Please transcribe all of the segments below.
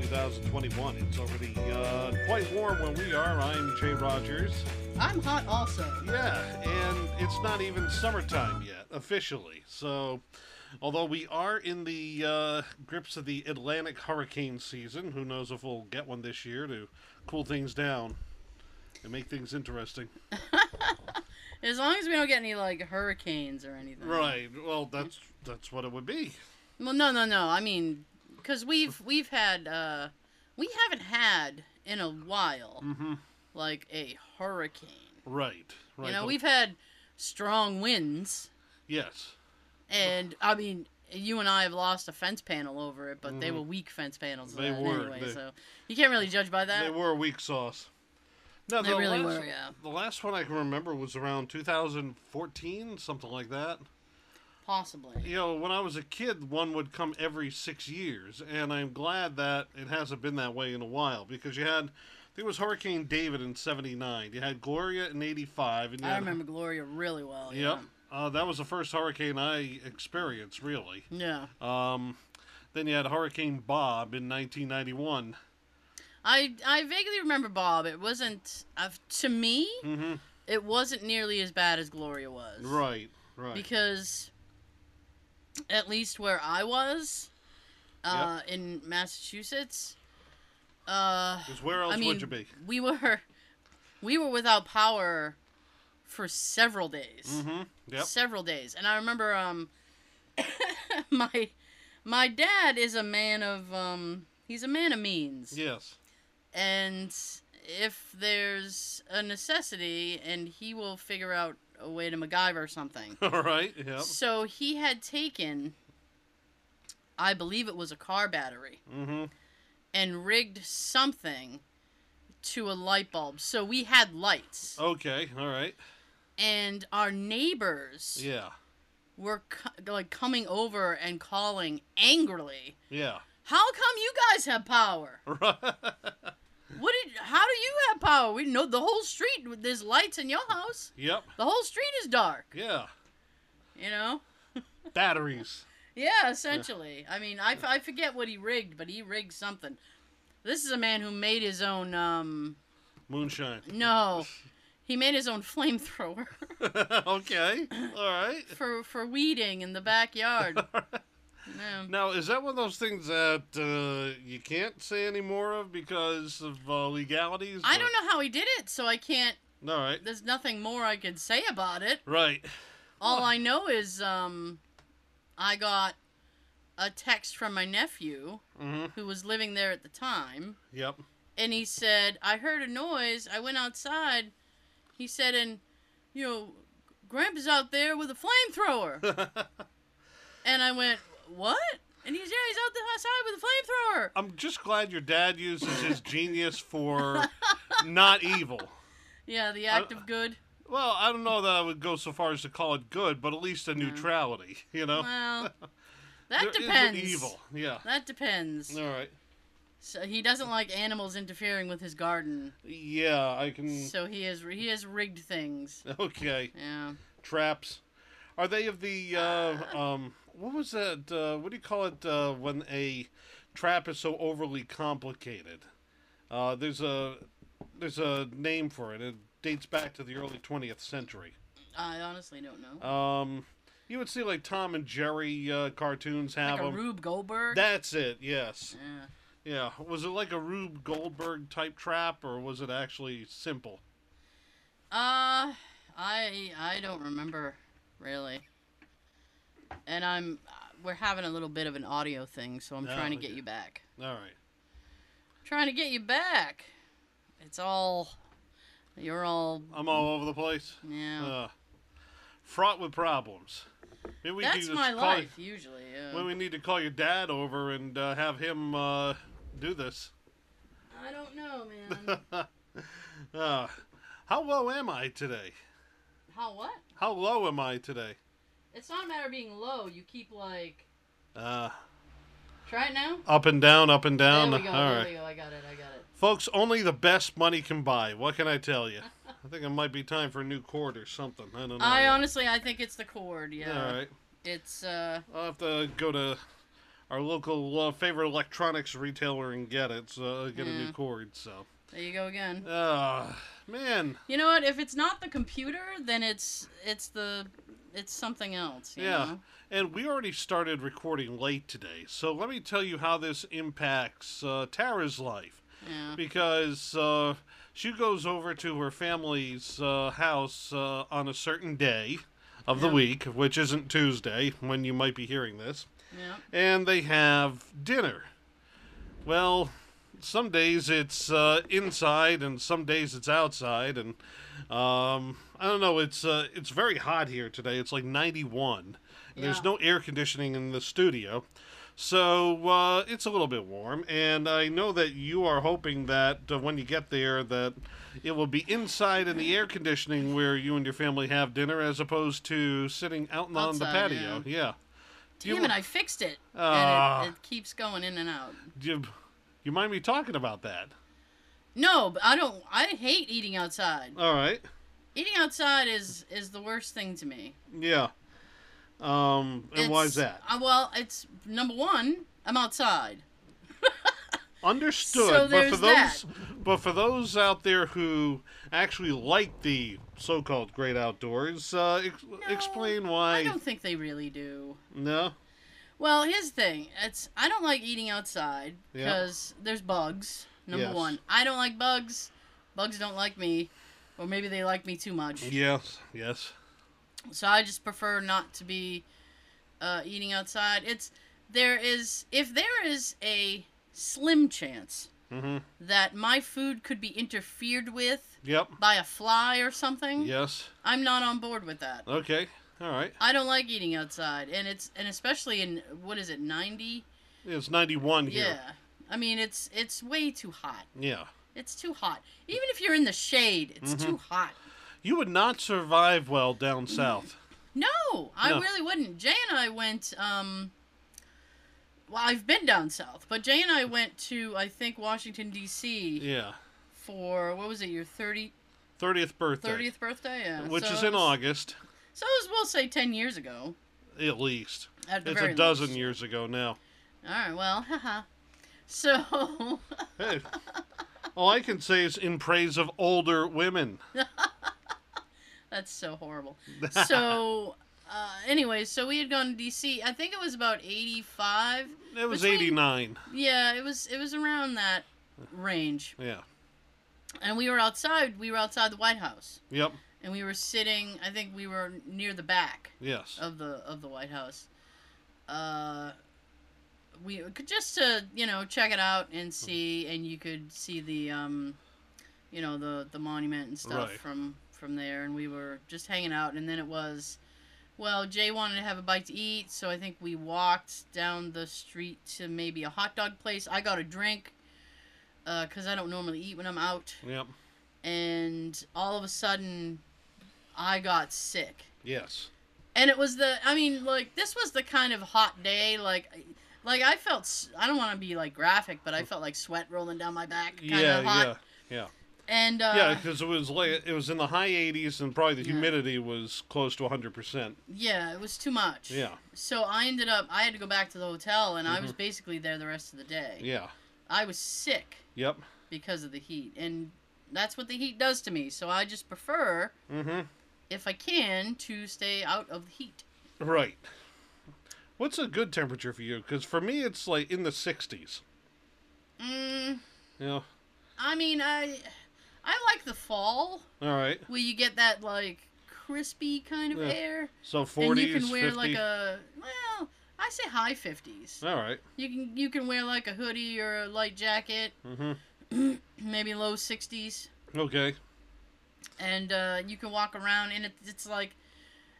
2021. It's already uh, quite warm where we are. I'm Jay Rogers. I'm hot also. Yeah, and it's not even summertime yet, officially. So, although we are in the uh, grips of the Atlantic hurricane season, who knows if we'll get one this year to cool things down and make things interesting. As long as we don't get any like hurricanes or anything. Right. Well, that's that's what it would be. Well, no, no, no. I mean, because we've we've had uh, we haven't had in a while Mm-hmm. like a hurricane. Right. Right. you know, but- we've had strong winds, yes. and I mean, you and I have lost a fence panel over it, but they Mhm. were weak fence panels. They then were, anyway, they- so you can't really judge by that. They were weak sauce. No, Uh, They the really last, were, yeah. The last one I can remember was around 2014, something like that. Possibly. You know, when I was a kid, one would come every six years, and I'm glad that it hasn't been that way in a while because you had, I think it was Hurricane David in '79, you had Gloria in '85, and you I had- remember Gloria really well. Yep, uh, that was the first hurricane I experienced, really. Yeah. Yeah. Um, then you had Hurricane Bob in 1991. I I vaguely remember Bob. It wasn't uh, to me. hmm It wasn't nearly as bad as Gloria was. Right, right. Because at least where I was, uh, in Massachusetts, uh, 'Cause where else I mean, would you be? we were we were without power for several days. Mm-hmm. Yep. several days. And I remember um my my dad is a man of um he's a man of means. Yes. And if there's a necessity and he will figure out a way to MacGyver something. All right. Yep. So he had taken I believe it was a car battery Mm-hmm. and rigged something to a light bulb. So we had lights. Okay. All right. And our neighbors Yeah. were co- like coming over and calling angrily. Yeah. How come you guys have power? What did? How do you have power? We know the whole street. There's lights in your house. yep. The whole street is dark. Yeah. You know. Batteries. Yeah, essentially. I mean, I, f- I forget what he rigged, but he rigged something. This is a man who made his own. Um, Moonshine. no, he made his own flamethrower okay. All right. for for weeding in the backyard. Yeah. Now, is that one of those things that uh, you can't say any more of because of uh, legalities? I don't know how he did it, so I can't. know. All right. There's nothing more I could say about it. Right. All Well- I know is um, I got a text from my nephew Mm-hmm. who was living there at the time, Yep. and he said, "I heard a noise. I went outside." He said, "And you know, Grandpa's out there with a flamethrower." and I went, "What?" And he's yeah, he's out there outside with a flamethrower. I'm just glad your dad uses his genius for not evil. Yeah, the act of good. Well, I don't know that I would go so far as to call it good, but at least a No. neutrality, you know? Mm. Well, that There is an depends. evil, yeah. That depends. All right. So he doesn't like animals interfering with his garden. Yeah, I can. So he has he has rigged things. Okay, Yeah. traps. Are they of the uh, um? What was that? Uh, what do you call it uh, when a trap is so overly complicated? Uh, there's a there's a name for it. It dates back to the early 20th century. I honestly don't know. Um, you would see like Tom and Jerry uh, cartoons have like a them. Rube Goldberg. That's it. Yes. yeah. Yeah. Was it like a Rube Goldberg type trap, or was it actually simple? Uh, I I don't remember really. And I'm we're having a little bit of an audio thing, so I'm Oh, trying to get okay. you back. All right. Trying to get you back. It's all you're all I'm all over the place. yeah. Uh, fraught with problems. Maybe we That's can just my call life usually. Yeah. When we need to call your dad over and uh, have him uh, do this. I don't know, man. Uh, how low am I today? How what? How low am I today? It's not a matter of being low. You keep like Uh, try it now. up and down, up and down. there we go. All there right. we go. I got it. I got it. Folks, only the best money can buy. What can I tell you? I think it might be time for a new cord or something. I don't know. I honestly, I think it's the chord. Yeah. All right. It's uh. I'll have to go to our local uh, favorite electronics retailer and get it. So uh, get a new cord. So, There you go again. uh, man, You know what? If it's not the computer, then it's it's the it's something else. you Yeah. know? and we already started recording late today. So let me tell you how this impacts uh, Tara's life Yeah. because uh, she goes over to her family's uh, house uh, on a certain day of the Yeah. week, which isn't Tuesday when you might be hearing this. Yeah. and they have dinner. Well, some days it's uh, inside, and some days it's outside, and um, I don't know. It's uh, it's very hot here today. It's like ninety one. There's Yeah. no air conditioning in the studio, so uh, it's a little bit warm. And I know that you are hoping that uh, when you get there, that it will be inside in the air conditioning where you and your family have dinner, as opposed to sitting out and on the Outside, patio. Yeah. Do you Damn it! I fixed it, Ah. and it, it keeps going in and out. Do you, you mind me talking about that? No, but I don't. I hate eating outside. All right. Eating outside is is the worst thing to me. Yeah. Um, and why is It's- that? uh, well, it's number one. I'm outside. Understood. but so for there's those, that. but for those out there who actually like the so-called great outdoors, uh, ex- explain why. I don't think they really do. No. Well, here's the thing. It's I don't like eating outside Yeah. because there's bugs. Number Yes. one, I don't like bugs. Bugs don't like me, or maybe they like me too much. Yes. Yes. So I just prefer not to be uh, eating outside. It's there is if there is a slim chance Mm-hmm. that my food could be interfered with Yep. by a fly or something, Yes. I'm not on board with that. Okay. All right. I don't like eating outside, and it's and especially in what is it, 90? It's ninety-one Yeah. here. I mean, it's it's way too hot. Yeah. It's too hot. Even if you're in the shade, it's Mm-hmm. too hot. You would not survive well down south. No, I No. really wouldn't. Jay and I went. Um, well, I've been down south, but Jay and I went to I think Washington D.C. Yeah. for what was it your 30, Thirtieth birthday, 30th birthday? Yeah, which So is it in was- August, So it was we'll say ten years ago. at least. At the It's very a dozen least. years ago now. All right. Well, haha. So Hey, all I can say is in praise of older women. that's so horrible. so. Uh, anyway, so we had gone to DC. I think it was about 85. It was Between- 89. Yeah, it was it was around that range. Yeah. and we were outside we were outside the white house Yep. and we were sitting i think we were near the back Yes. of the of the white house uh we could just to you know check it out and see and you could see the um you know the the monument and stuff Right. from from there and we were just hanging out and then it was well jay wanted to have a bite to eat so i think we walked down the street to maybe a hot dog place i got a drink because i don't normally eat when i'm out Yep. and all of a sudden I got sick. Yes. And it was the I mean like this was the kind of hot day like like I felt s- I don't want to be like graphic but I felt like sweat rolling down my back kind yeah. of hot Yeah. Yeah. and uh yeah. Because it was like it was in the high 80s, and probably the Yeah. humidity was close to 100. percent yeah, it was too much. Yeah. Mm-hmm. So I ended up I had to go back to the hotel and I was basically there the rest of the day. Yeah. I was sick Yep. because of the heat and that's what the heat does to me. So I just prefer Mm-hmm. if I can to stay out of the heat. Right. What's a good temperature for you? Because for me, it's like in the 60s. Mm, Yeah. I mean, I I like the fall All right. where you get that like crispy kind of Yeah. air, So 40s. and you can wear 50. like a well, I say high fifties. All right. You can you can wear like a hoodie or a light jacket, Mm-hmm. maybe low sixties, Okay. and uh, you can walk around and it, it's like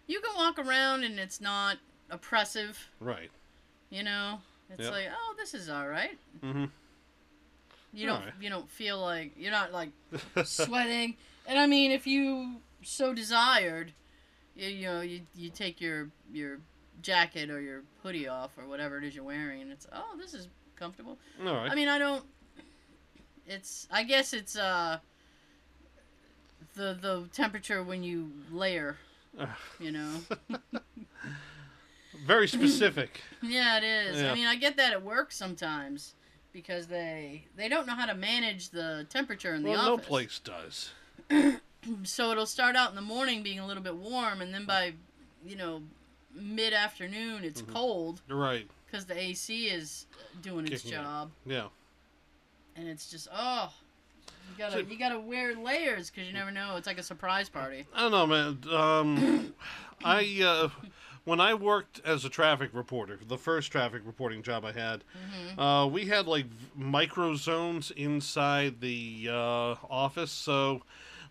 you can walk around and it's not oppressive, Right. you know. It's Yeah. like oh, this is all right. Mm-hmm. You don't Alright. you don't feel like you're not like sweating. And I mean, if you so desired, you, you know, you, you take your your jacket or your hoodie off or whatever it is you're wearing, and it's oh, this is comfortable. All right. I mean, I don't. It's I guess it's uh the the temperature when you layer, you know. very specific. Yeah, it is. Yeah. I mean, I get that at work sometimes because they they don't know how to manage the temperature in the well, no office. place does. So it'll start out in the morning being a little bit warm, and then by you know mid afternoon it's Mhm. cold You're right. because the AC is doing its Kicking it. job, Yeah. and it's just oh. You gotta, So- you gotta wear layers because you never know. It's like a surprise party. I don't know, man. Um, I uh, when I worked as a traffic reporter, the first traffic reporting job I had, hmm uh, we had like v- micro zones inside the uh, office. So,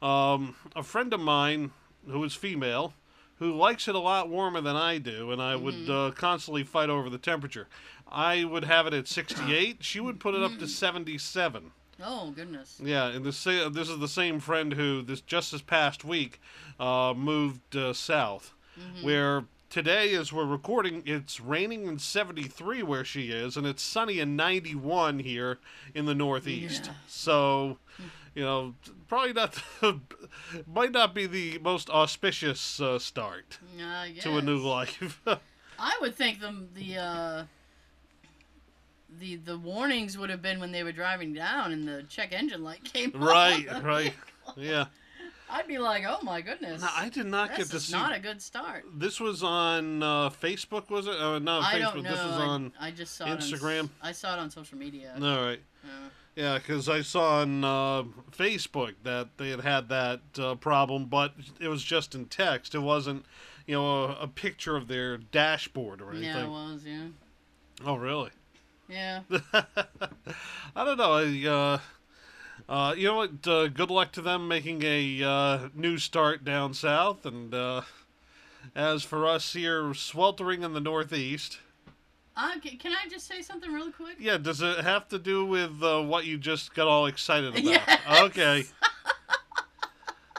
um, a friend of mine who is female, who likes it a lot warmer than I do, and I would uh, constantly fight over the temperature. I would have it at 68. She would put it up to 77. Oh goodness. Yeah, and this sa- this is the same friend who this just this past week uh, moved uh, south, Mm-hmm. where today as we're recording, it's raining in seventy three where she is, and it's sunny in ninety one here in the Northeast. Yeah. So, you know, probably not might not be the most auspicious uh, start I guess. to a new life. I would think the the uh, the the warnings would have been when they were driving down and the check engine light came on. right, right, yeah. I'd be like, oh my goodness, No, I did not this get to is see. not a good start. This was on uh, Facebook, was it? Uh, not I Facebook. don't know. This was I- on. I, just saw it on s- Instagram. I saw it on social media. All right. Uh, Yeah, because I saw on uh, Facebook that they had had that uh, problem, but it was just in text. It wasn't, you know, a, a picture of their dashboard or anything. yeah, it was. Yeah, Oh, really? yeah. I don't know. I, uh, uh, you know what? Uh, good luck to them making a uh, new start down south. And uh, as for us here, sweltering in the northeast. Uh, ca- can I just say something really quick? Yeah, does it have to do with uh, what you just got all excited about? Yes. Okay.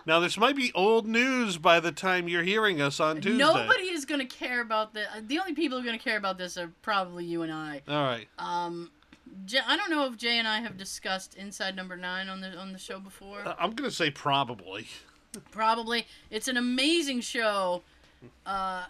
now this might be old news by the time you're hearing us on Tuesday. Nobody is going to care about the. uh, The only people who are going to care about this are probably you and I. All right. Um, J- I don't know if Jay and I have discussed Inside Number Nine on the on the show before. Uh, I'm gonna say probably. Probably, it's an amazing show. Uh,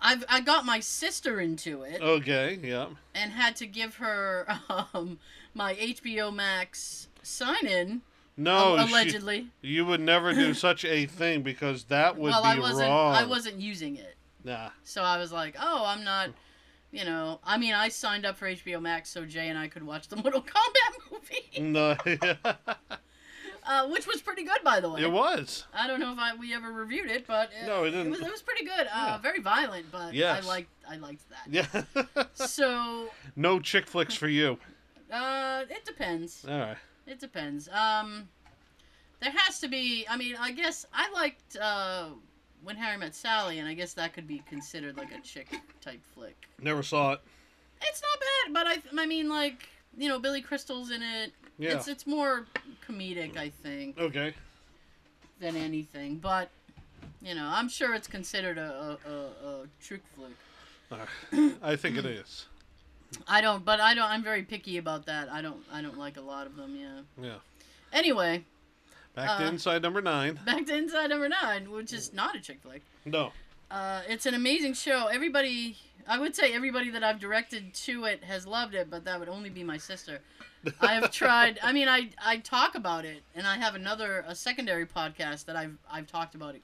I've I got my sister into it Oh. Okay. Yeah. and had to give her um, my HBO Max sign in No. Oh, she- Oh, allegedly. you would never do such a thing because that would Well, be I wasn't wrong. I wasn't using it, Nah. so I was like, oh, I'm not. You know, I mean, I signed up for HBO Max so Jay and I could watch the Mortal Kombat movie, No. uh, which was pretty good, by the way. it was. I don't know if I, we ever reviewed it, but it, No, it it, didn't. was, it was pretty good. Yeah. Uh, very violent, but Yes. I liked I liked that. Yeah. So no chick flicks for you. uh, it depends. All right. It depends. Um, there has to be. I mean, I guess I liked uh, when Harry met Sally, and I guess that could be considered like a chick type flick. Never saw it. It's not bad, but I th- I mean like you know Billy Crystal's in it. Yeah. It's it's more comedic, I think. okay. than anything. But you know, I'm sure it's considered a a, a, a trick flick. All right. I think it is. I don't, but I don't. I'm very picky about that. I don't. I don't like a lot of them. Yeah. Yeah. Anyway, Back to Uh, inside number nine. back to Inside Number Nine, which is not a chick flick. No. Uh, it's an amazing show. Everybody, I would say everybody that I've directed to it has loved it, but that would only be my sister. I have tried. I mean, I I talk about it, and I have another a secondary podcast that I've I've talked about it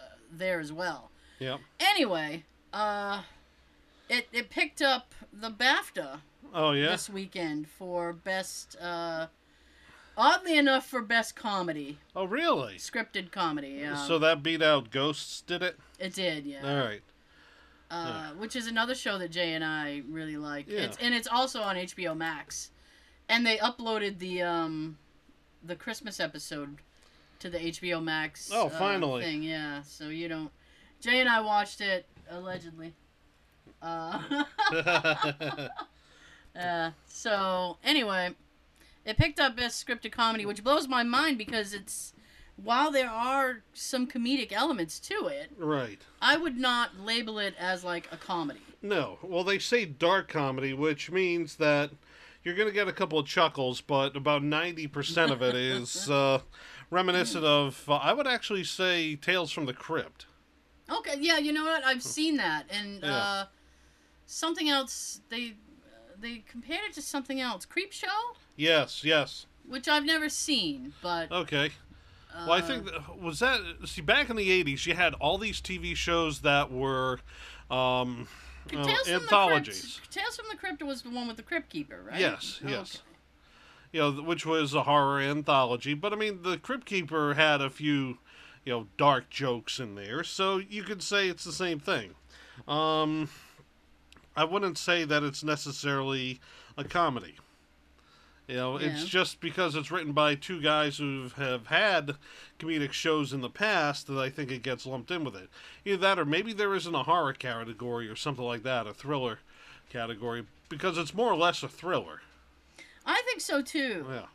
uh, there as well. Yep. Anyway, uh, it it picked up the BAFTA Oh yeah. this weekend for best. Uh, oddly enough, for best comedy, Oh really? scripted comedy. Yeah, So that beat out Ghosts, did it? it did. Yeah, All right. uh, which is another show that Jay and I really like. Yeah. It's and it's also on HBO Max, and they uploaded the um, the Christmas episode to the HBO Max. Oh, uh, finally. Thing, yeah. So you don't. Jay and I watched it allegedly. Uh, Uh, so anyway, it picked up best scripted comedy, which blows my mind because it's while there are some comedic elements to it, right. I would not label it as like a comedy. No. Well, they say dark comedy, which means that you're gonna get a couple of chuckles, but about ninety percent of it is uh, reminiscent of. Uh, I would actually say Tales from the Crypt. Okay, yeah, you know what? I've seen that, and Yeah. uh, something else. They they compared it to something else, Creep Show, Yes, yes. which I've never seen, but Okay. Well, I uh, think th- was that see back in the '80s, you had all these TV shows that were um, uh, Tales from the anthologies. Crypt, Tales from the Crypt was the one with the Crypt Keeper, right? Yes, yes. Okay. You know, th- which was a horror anthology, but I mean, the Crypt Keeper had a few, you know, dark jokes in there, so you could say it's the same thing. Um, I wouldn't say that it's necessarily a comedy. You know, it's Yeah. just because it's written by two guys who have had comedic shows in the past that I think it gets lumped in with it. Either that, or maybe there isn't a horror category or something like that, a thriller category, because it's more or less a thriller. I think so too. Yeah.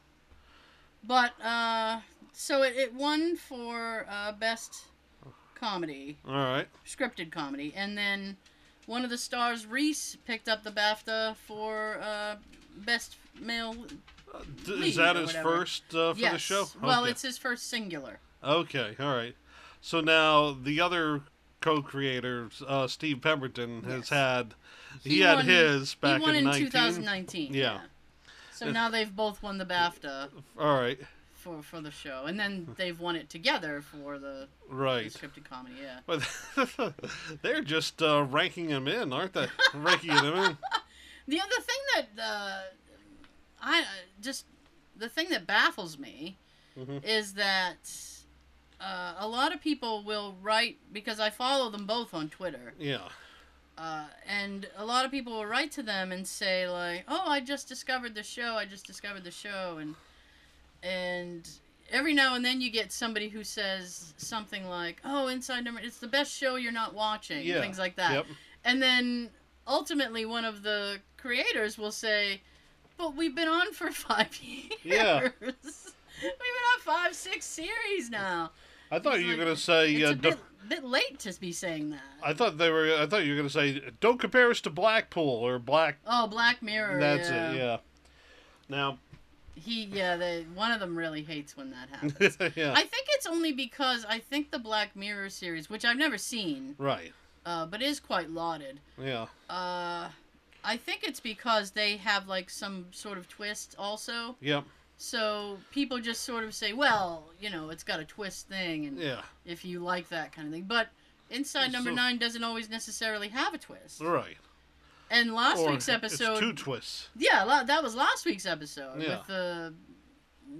But uh, so it, it won for uh, best comedy, All right. scripted comedy, and then one of the stars, Reese, picked up the BAFTA for uh, best male. D- Lead is that or his whatever. first uh, for yes. the show? Well, okay. it's his first singular. okay. All right. So now the other co-creator, uh, Steve Pemberton, has Yes. had he, He had won- his back he won in, 19. 2019. Yeah. So It's- now they've both won the BAFTA All right. for for the show, and then they've won it together for the, the Right. scripted comedy. Yeah. But they're just uh, ranking him in, aren't they? ranking him in. The other thing that uh, I uh, just the thing that baffles me Mhm. is that uh, a lot of people will write because I follow them both on Twitter, Yeah. uh, and a lot of people will write to them and say like, "Oh, I just discovered the show. I just discovered the show," and and every now and then you get somebody who says something like, "Oh, Inside Number, it's the best show you're not watching," Yeah. things like that. Yep. And then ultimately, one of the creators will say, "But we've been on for five years. Yeah. we've been on five, six series now. I thought It's you were like- gonna say. It's Uh, a do- bit, bit late to be saying that. I thought they were. I thought you were gonna say, "Don't compare us to Blackpool or Black." oh, Black Mirror. That's yeah. it. Yeah. Now. He, yeah, they, one of them really hates when that happens. yeah. I think it's only because I think the Black Mirror series, which I've never seen, right. uh, but is quite lauded. Yeah. Uh, I think it's because they have like some sort of twist also. Yep. So people just sort of say, well, you know, it's got a twist thing, and Yeah. if you like that kind of thing. But Inside Number So- Nine doesn't always necessarily have a twist. Right. And last Or week's It's two episode, twists. yeah, la- that was last week's episode Yeah. with the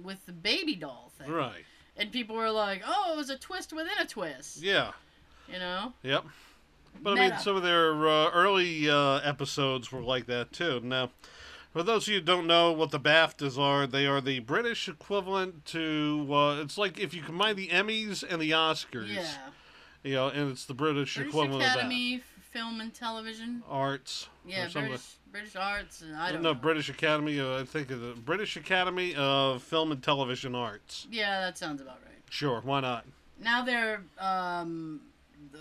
with the baby doll thing, Right. and people were like, oh, it was a twist within a twist, Yeah. you know. Yep. But I mean, Meta. some of their uh, early uh, episodes were like that too. Now, for those of you who don't know what the BAFTAs are, they are the British equivalent to uh, it's like if you combine the Emmys and the Oscars. Yeah, You know, and it's the British, British equivalent Academy f- Film and Television. of that. Arts. Yeah, or something. British British Arts, and I don't no, know. British Academy. Uh, I think of the British Academy of Film and Television Arts. yeah, that sounds about right. Sure, why not? now they're um, the,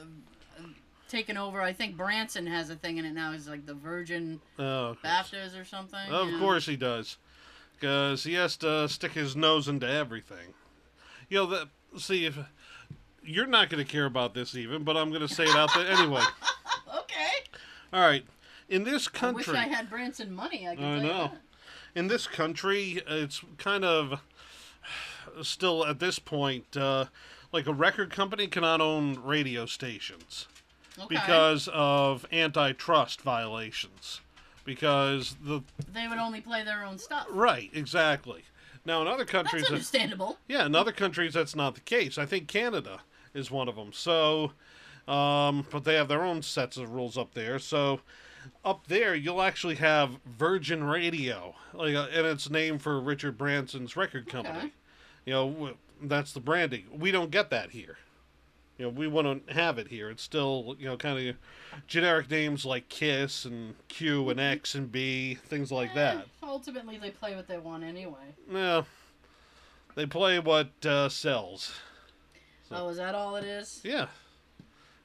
taken over. I think Branson has a thing in it now. He's like the Virgin Oh, okay. Baftas or something. Of yeah. course he does, because he has to stick his nose into everything. You know that. See if you're not going to care about this even, but I'm going to say it out there anyway. Okay. All right, in this I wish country, I had Branson money. I could I tell you know. that. in this country, it's kind of still at this point uh, like a record company cannot own radio stations. Okay. because of antitrust violations. Because the they would only play their own stuff. right, exactly. Now in other countries, That's that- understandable. yeah, in other countries that's not the case. I think Canada is one of them. So, um, but they have their own sets of rules up there. So, up there you'll actually have Virgin Radio, like, uh, and it's named for Richard Branson's record company. Okay. You know, w- that's the branding. We don't get that here. You know, we want to have it here. It's still you know kind of generic names like Kiss and Q and X and B, things like that. Mm-hmm. Eh, ultimately, they play what they want anyway. Yeah. They play what uh, sells. So- Oh, is that all it is? Yeah.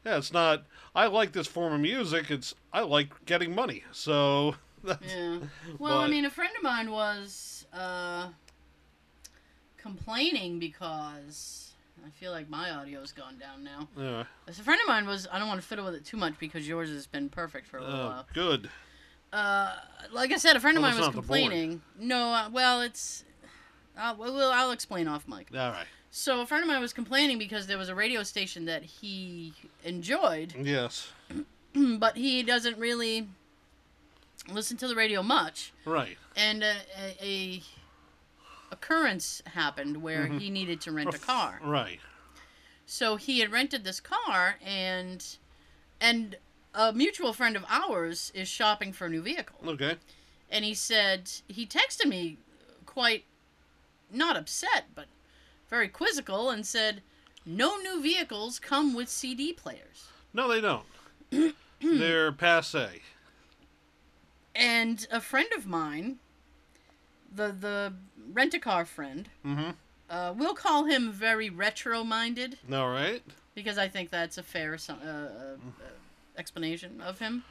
Yeah, it's not I like this form of music, it's I like getting money. So that's Yeah. Well, I But- mean, a friend of mine was uh, complaining because I feel like my audio's gone down now. Yeah. A friend of mine was. I don't want to fiddle with it too much because yours has been perfect for a little Oh, while. good. Uh, like I said, a friend Well, of that's mine was not the board. complaining. No, uh, well, it's. Uh, well, well, I'll explain off mic. All right. So a friend of mine was complaining because there was a radio station that he enjoyed, Yes. but he doesn't really listen to the radio much. Right. And a, a, a occurrence happened where Mhm. he needed to rent a car. Right. So he had rented this car, and and a mutual friend of ours is shopping for a new vehicle. Okay. and he said he texted me quite not upset but very quizzical and said no new vehicles come with cd players No, they don't. They're passe. and a friend of mine the the rent-a-car friend Mm-hmm. uh, we'll call him very retro-minded All right. because i think that's a fair so- uh, uh, uh, explanation of him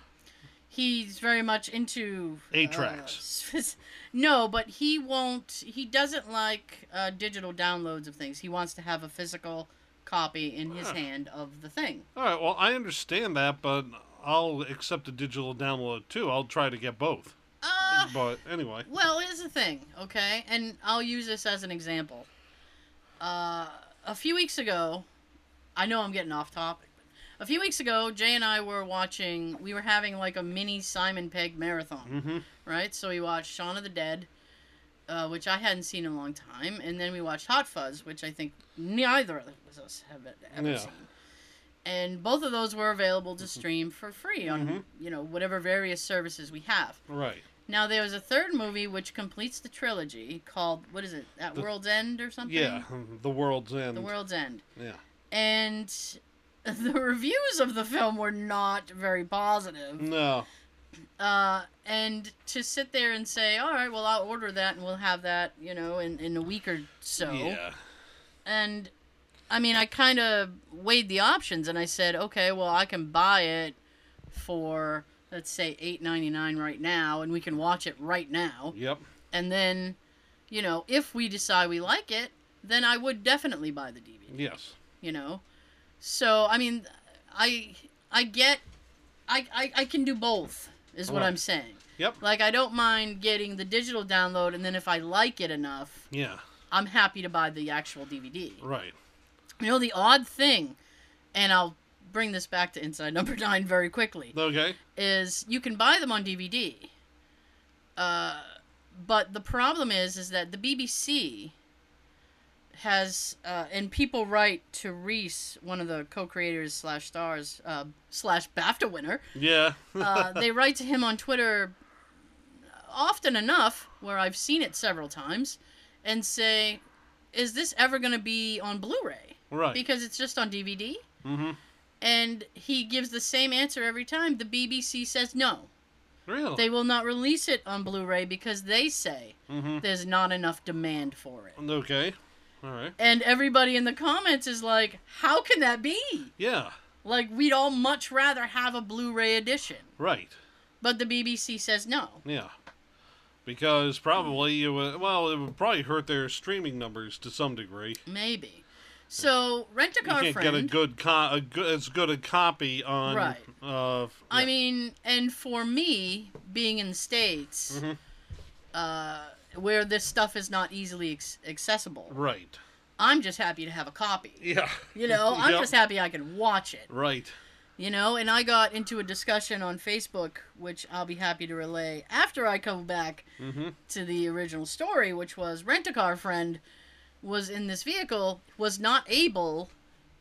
he's very much into Eight uh, tracks. no but he won't he doesn't like uh, digital downloads of things he wants to have a physical copy in his Ah. hand of the thing All right. Well, I understand that, but I'll accept a digital download too. I'll try to get both. uh, But anyway. well here's the thing okay and i'll use this as an example uh, a few weeks ago i know i'm getting off topic but a few weeks ago jay and i were watching we were having like a mini simon pegg marathon Mm-hmm. right? So we watched Shaun of the Dead, uh, which I hadn't seen in a long time, and then we watched Hot Fuzz, which I think neither of us have e-, ever Yeah. Mm-hmm. seen. And both of those were available to stream for free on Mhm. you know whatever various services we have. Right. Now there was a third movie which completes the trilogy called what is it? At The- World's End or something? Yeah. The world's end. The World's End. Yeah. And the reviews of the film were not very positive. No. uh, and to sit there and say, "All right, well, I'll order that and we'll have that," you know, in, in a week or so. Yeah. And I mean, I kind of weighed the options and I said, "Okay, well, I can buy it for let's say eight ninety nine right now, and we can watch it right now, Yep. and then, you know, if we decide we like it, then I would definitely buy the DVD." Yes. you know so i mean i i get i i, I can do both is what Right. i'm saying Yep. like i don't mind getting the digital download and then if i like it enough Yeah. i'm happy to buy the actual dvd Right. you know the odd thing and i'll bring this back to inside number nine very quickly Okay. is you can buy them on dvd uh, but the problem is is that the bbc has uh, and people write to Reese, one of the co-creators slash stars uh, slash BAFTA winner. Yeah. Uh, they write to him on Twitter often enough, where I've seen it several times, and say, "Is this ever going to be on Blu-ray? right. Because it's just on DVD." Mm-hmm. And he gives the same answer every time. The BBC says no. Really. They will not release it on Blu-ray because they say mm-hmm. there's not enough demand for it. Okay. All right. And everybody in the comments is like, how can that be? Yeah. Like, we'd all much rather have a Blu ray edition. Right. But the BBC says no. Yeah. Because probably it would, well, it would probably hurt their streaming numbers to some degree. Maybe. So, Rent a You Car can't Friend. get a good, co- a good as good a copy on. Right. Uh, f- I yeah. mean, and for me, being in the States, Mhm. uh, where this stuff is not easily ex- accessible, Right. I'm just happy to have a copy. Yeah. You know, I'm Yep. just happy I can watch it. Right. You know, and I got into a discussion on Facebook, which I'll be happy to relay after I come back Mm-hmm. to the original story, which was rent a car friend was in this vehicle, was not able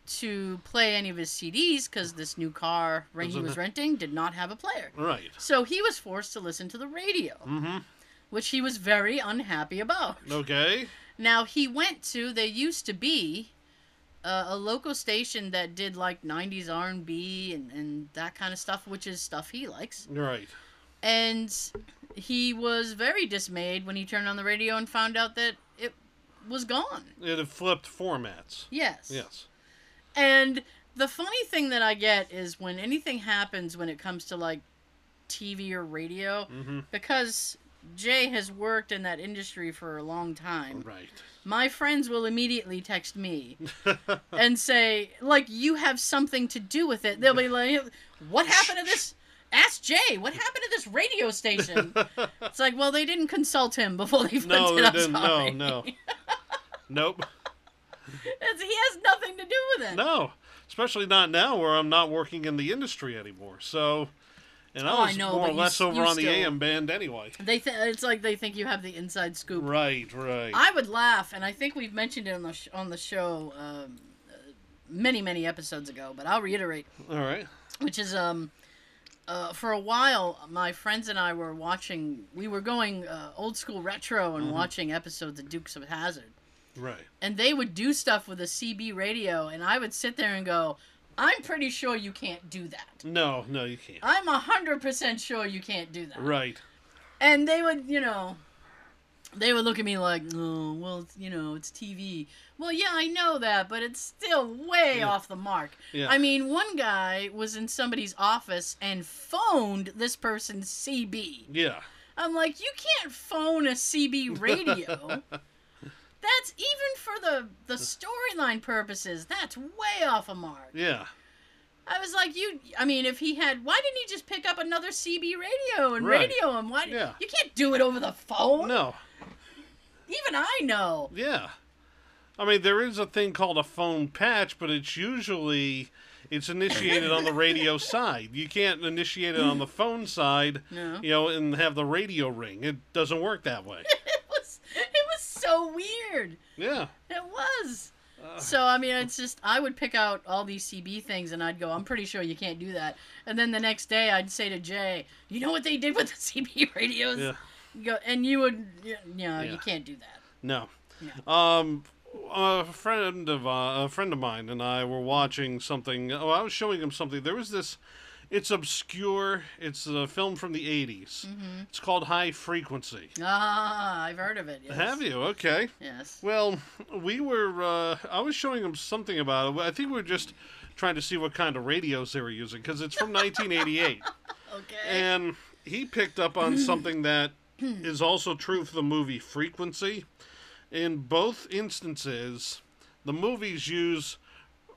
to play any of his CDs because this new car rent- he Doesn't was have- renting did not have a player. Right. So he was forced to listen to the radio, Mm-hmm. which he was very unhappy about. Okay. Now he went to there used to be uh, a local station that did like 90s R&B and, and that kind of stuff, which is stuff he likes. Right. And he was very dismayed when he turned on the radio and found out that it was gone. It had flipped formats. Yes. Yes. And the funny thing that I get is when anything happens when it comes to like TV or radio, Mm-hmm. because Jay has worked in that industry for a long time. Right. My friends will immediately text me and say, like, you have something to do with it. They'll be like, what happened to this? Ask Jay, what happened to this radio station? It's like, well, they didn't consult him before they put no, it. they I'm didn't. No, sorry. no. Nope. It's- he has nothing to do with it. No. Especially not now where I'm not working in the industry anymore. So, and I Oh, I was know, more but or you less s- over you on the still- AM band anyway. They th- it's like they think you have the inside scoop. Right, right. I would laugh, and I think we've mentioned it on the sh- on the show um, uh, many many episodes ago, but I'll reiterate, All right. which is um, uh, for a while my friends and I were watching, we were going uh, old school retro and watching episodes of Dukes of Hazard, Right. and they would do stuff with a CB radio, and I would sit there and go, I'm pretty sure you can't do that. No, no, you can't. I'm hundred percent sure you can't do that. Right. and they would you know they would look at me like oh well it's- you know it's tv well yeah i know that but it's still way Yeah. off the mark Yeah. i mean one guy was in somebody's office and phoned this person's cb yeah. i'm like you can't phone a cb radio that's even for the the storyline purposes that's way off a mark Yeah. I was like, you. I mean, if he had, why didn't he just pick up another CB radio and Right. radio him? Why? Yeah. You can't do it over the phone. No. Even I know. Yeah. I mean, there is a thing called a phone patch, but it's usually it's initiated on the radio side. You can't initiate it on the phone side, No. you know, and have the radio ring. It doesn't work that way. It was. It was so weird. Yeah. It was. Uh. so I mean, it's just I would pick out all these CB things and I'd go, I'm pretty sure you can't do that. And then the next day I'd say to Jay, you know what they did with the CB radios? Yeah. You Go, and you would, you know, Yeah. you can't do that. No. Um, a friend of uh, a friend of mine and I were watching something. Oh, I was showing him something. There was this. It's obscure. It's a film from the '80s. It's called High Frequency. Ah, I've heard of it. Yes. Have you? Okay. Yes. Well, we were. Uh, I was showing him something about it. I think we were just trying to see what kind of radios they were using because it's from 1988, Okay. and he picked up on something that is also true for the movie Frequency. In both instances, the movies use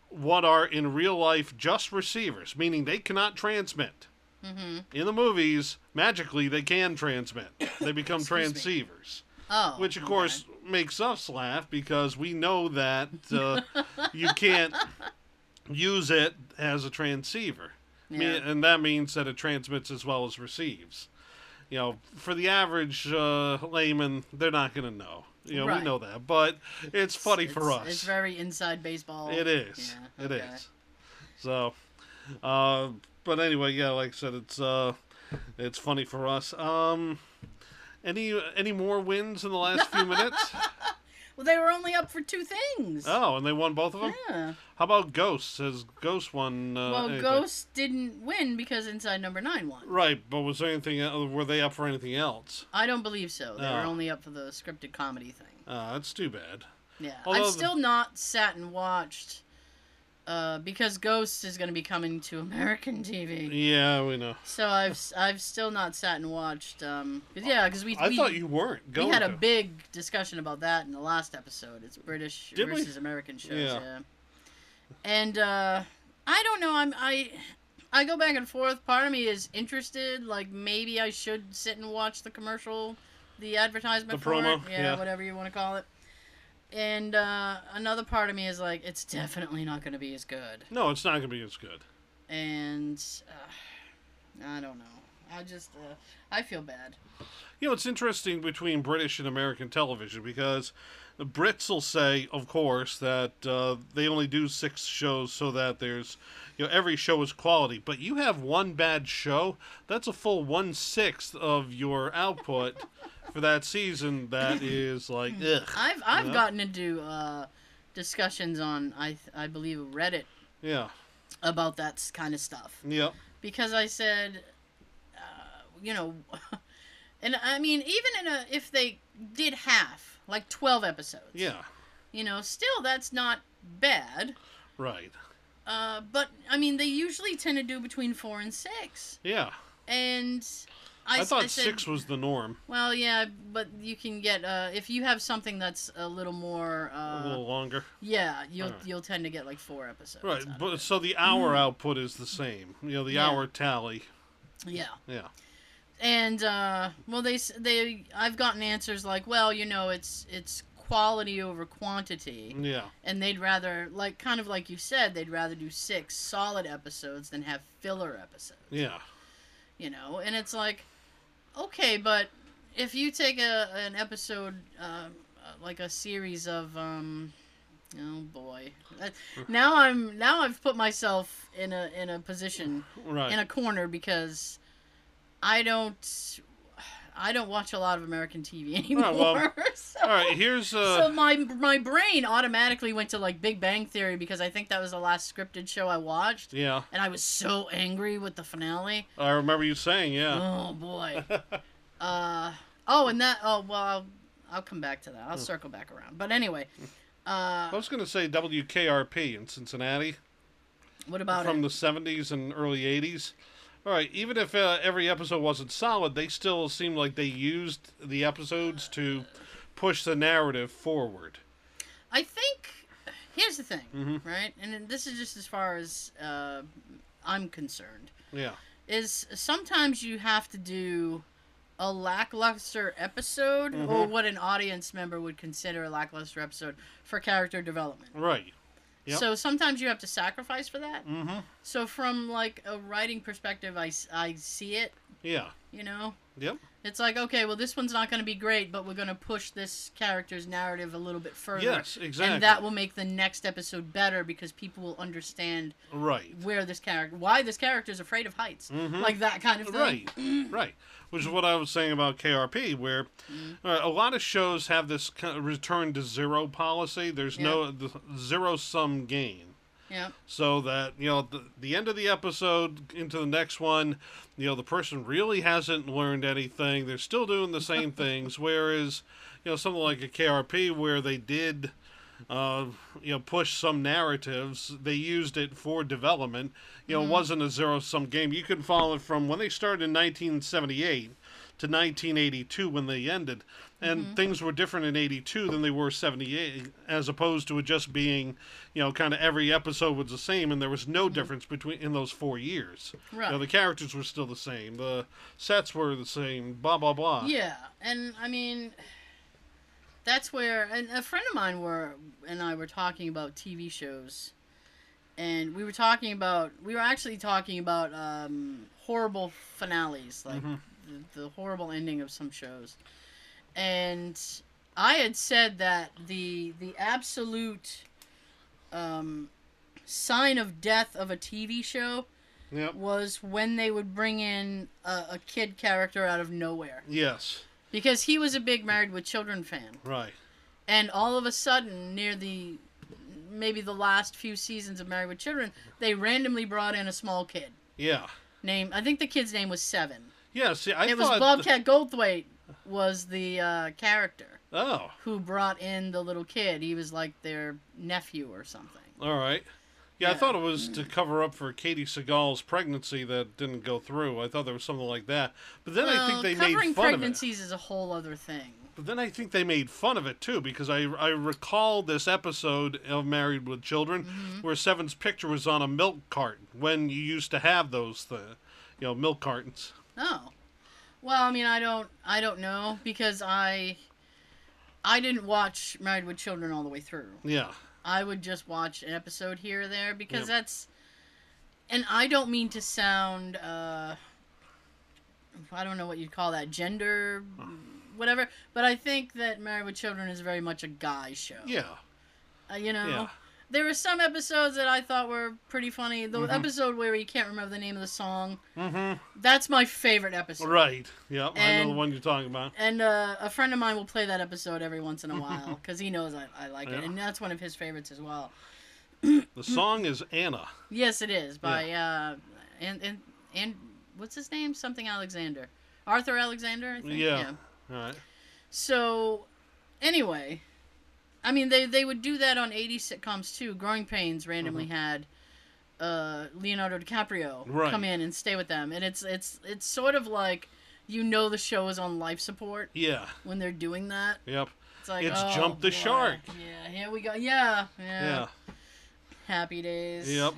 what are in real life just receivers, meaning they cannot transmit. In the movies, magically they can transmit. They become Excuse transceivers oh. which of okay. course makes us laugh because we know that uh, you can't use it as a transceiver Me- Yeah. and that means that it transmits as well as receives you know for the average uh, layman they're not going to know you know Right. we know that but it's funny for It's- us It's very inside baseball. it is. Yeah, It okay. is. So, uh, but anyway, yeah, like I said, it's uh, it's funny for us. Um, any any more wins in the last few minutes? Well, they were only up for two things. Oh, and they won both of them. Yeah. How about Ghosts? Has Ghost won? Uh, well, anything? Ghost didn't win because Inside Number Nine won. Right, but was there anything? el- Were they up for anything else? I don't believe so. They were Oh. only up for the scripted comedy thing. Uh, that's too bad. Yeah. Although the- I've still not sat and watched. Uh, because Ghost is going to be coming to American TV, Yeah, we know. so I've s- I've still not sat and watched. Um, 'cause yeah, because we I we, thought you weren't we going. had a to. big discussion about that in the last episode. It's British Did we? versus American shows, Yeah. yeah. And uh, I don't know. I'm I I go back and forth. Part of me is interested. Like maybe I should sit and watch the commercial, the advertisement The for promo, it. Yeah, yeah. whatever you want to call it. And uh, another part of me is like, it's definitely not going to be as good. No, it's not going to be as good. And uh, I don't know. I just uh, I feel bad. You know, it's interesting between British and American television because the Brits will say, of course, that uh, they only do six shows so that there's, you know, every show is quality. But you have one bad show, that's a full one sixth of your output for that season. That is like, Hmm. ugh. I've I've Yeah. gotten into uh, discussions on I th- I believe Reddit Yeah. about that s- kind of stuff Yep. because I said, uh, you know, and I mean even in a if they did half like twelve episodes, Yeah. you know, still that's not bad. Right. Uh, but I mean they usually tend to do between four and six, Yeah. and I, I, s- I thought said, six was the norm. Well, yeah, but you can get uh, if you have something that's a little more. Uh, a little longer. yeah, you'll Alright. you'll tend to get like four episodes. Right, out of but it. so the hour output is the same. You know, the Hmm. Yeah. hour tally. yeah, Yeah. and uh, well, they s- they I've gotten answers like, well, you know, it's it's quality over quantity, Yeah. and they'd rather like kind of like you said, they'd rather do six solid episodes than have filler episodes. Yeah. you know and it's like okay but if you take a an episode uh, like a series of um oh boy That- Mm-hmm. now i'm now i've put myself in a in a position Right. in a corner because i don't i don't watch a lot of american tv anymore Alright, Oh, well, so, All right, here's so uh my my brain automatically went to like big bang theory because i think that was the last scripted show i watched yeah, and i was so angry with the finale I remember you saying, yeah. Oh boy. uh oh, and that oh well, I'll, I'll come back to that. Hmm. I'll circle back around. But anyway, I uh, was going to say WKRP in Cincinnati what about from it? the 70s and early 80s. All right, even if uh, every episode wasn't solid, they still seemed like they used the episodes to push the narrative forward. I think here's the thing, Mm-hmm. right? And then this is just as far as uh, I'm concerned. Yeah. Is sometimes you have to do a lackluster episode or Mm-hmm. what an audience member would consider a lackluster episode for character development. Right. Yep. So sometimes you have to sacrifice for that. Mhm. So from like a writing perspective, I, s- I see it, Yeah. you know? Yep. It's like, okay, well this one's not going to be great, but we're going to push this character's narrative a little bit further. Yes, exactly. And that will make the next episode better because people will understand right. where this character, why this character is afraid of heights, like that kind of thing. Mm-hmm. Right, right. Which is what I was saying about KRP, where uh, a lot of shows have this kind of return to zero policy. There's no the zero sum gain. Yeah. So that, you know, the, the end of the episode into the next one, you know, the person really hasn't learned anything. They're still doing the same things. Whereas, you know, something like a KRP where they did, uh, you know, push some narratives, they used it for development. You Mm-hmm. know, it wasn't a zero sum game. You can follow it from when they started in 1978 to 1982 when they ended. And Mm-hmm. things were different in 82 than they were 78, as opposed to it just being, you know, kind of every episode was the same, and there was no difference between in those four years. You know, Mm-hmm. Right. the characters were still the same, the sets were the same, blah, blah, blah. Yeah, and I mean, that's where and a friend of mine were and I were talking about TV shows, and we were talking about we were actually talking about um, horrible finales, like the, the horrible ending of some shows, and I had said that the the absolute um, sign of death of a TV show Yep. was when they would bring in a, a kid character out of nowhere Yes. because he was a big Married with Children fan, Right. and all of a sudden, near the maybe the last few seasons of Married with Children, they randomly brought in a small kid Yeah. named I think the kid's name was Seven. Yeah, see, I it was thought... Bobcat Goldthwait was the uh, character Oh, who brought in the little kid. He was like their nephew or something. all right. Yeah, I Yeah. thought it was to cover up for Katie Seagal's pregnancy that didn't go through. I thought there was something like that. But then I think Well, they covering made fun of it. pregnancies is a whole other thing. But then I think they made fun of it too because I I recall this episode of Married with Children Mm-hmm. where Seven's picture was on a milk cart when you used to have those th- you know milk cartons. Oh. Well, I mean, I don't I don't know because I I didn't watch Married with Children all the way through. Yeah. I would just watch an episode here or there because Yep. that's and I don't mean to sound uh I don't know what you'd call that gender whatever, but I think that Married with Children is very much a guy show. Yeah. Uh, you know. Yeah. There were some episodes that I thought were pretty funny. The Mm-hmm. episode where you can't remember the name of the song, Mhm. that's my favorite episode. Right. Yep. I know And- the one you're talking about. And uh, a friend of mine will play that episode every once in a while because he knows I, I like Yeah. it, and that's one of his favorites as well. The Mm. song is Anna. Yes, it is by uh, and and and what's his name? Something Alexander, Arthur Alexander. I think. Yeah. All right. So, anyway, I mean they they would do that on '80s sitcoms too. Growing Pains randomly had uh, Leonardo DiCaprio Uh-huh. Right. come in and stay with them, and it's it's it's sort of like you know the show is on life support Yeah. when they're doing that. Yep. It's like It's oh, jump the boy. shark. Yeah, here we go. Yeah, yeah. Yeah. Happy days. Yep.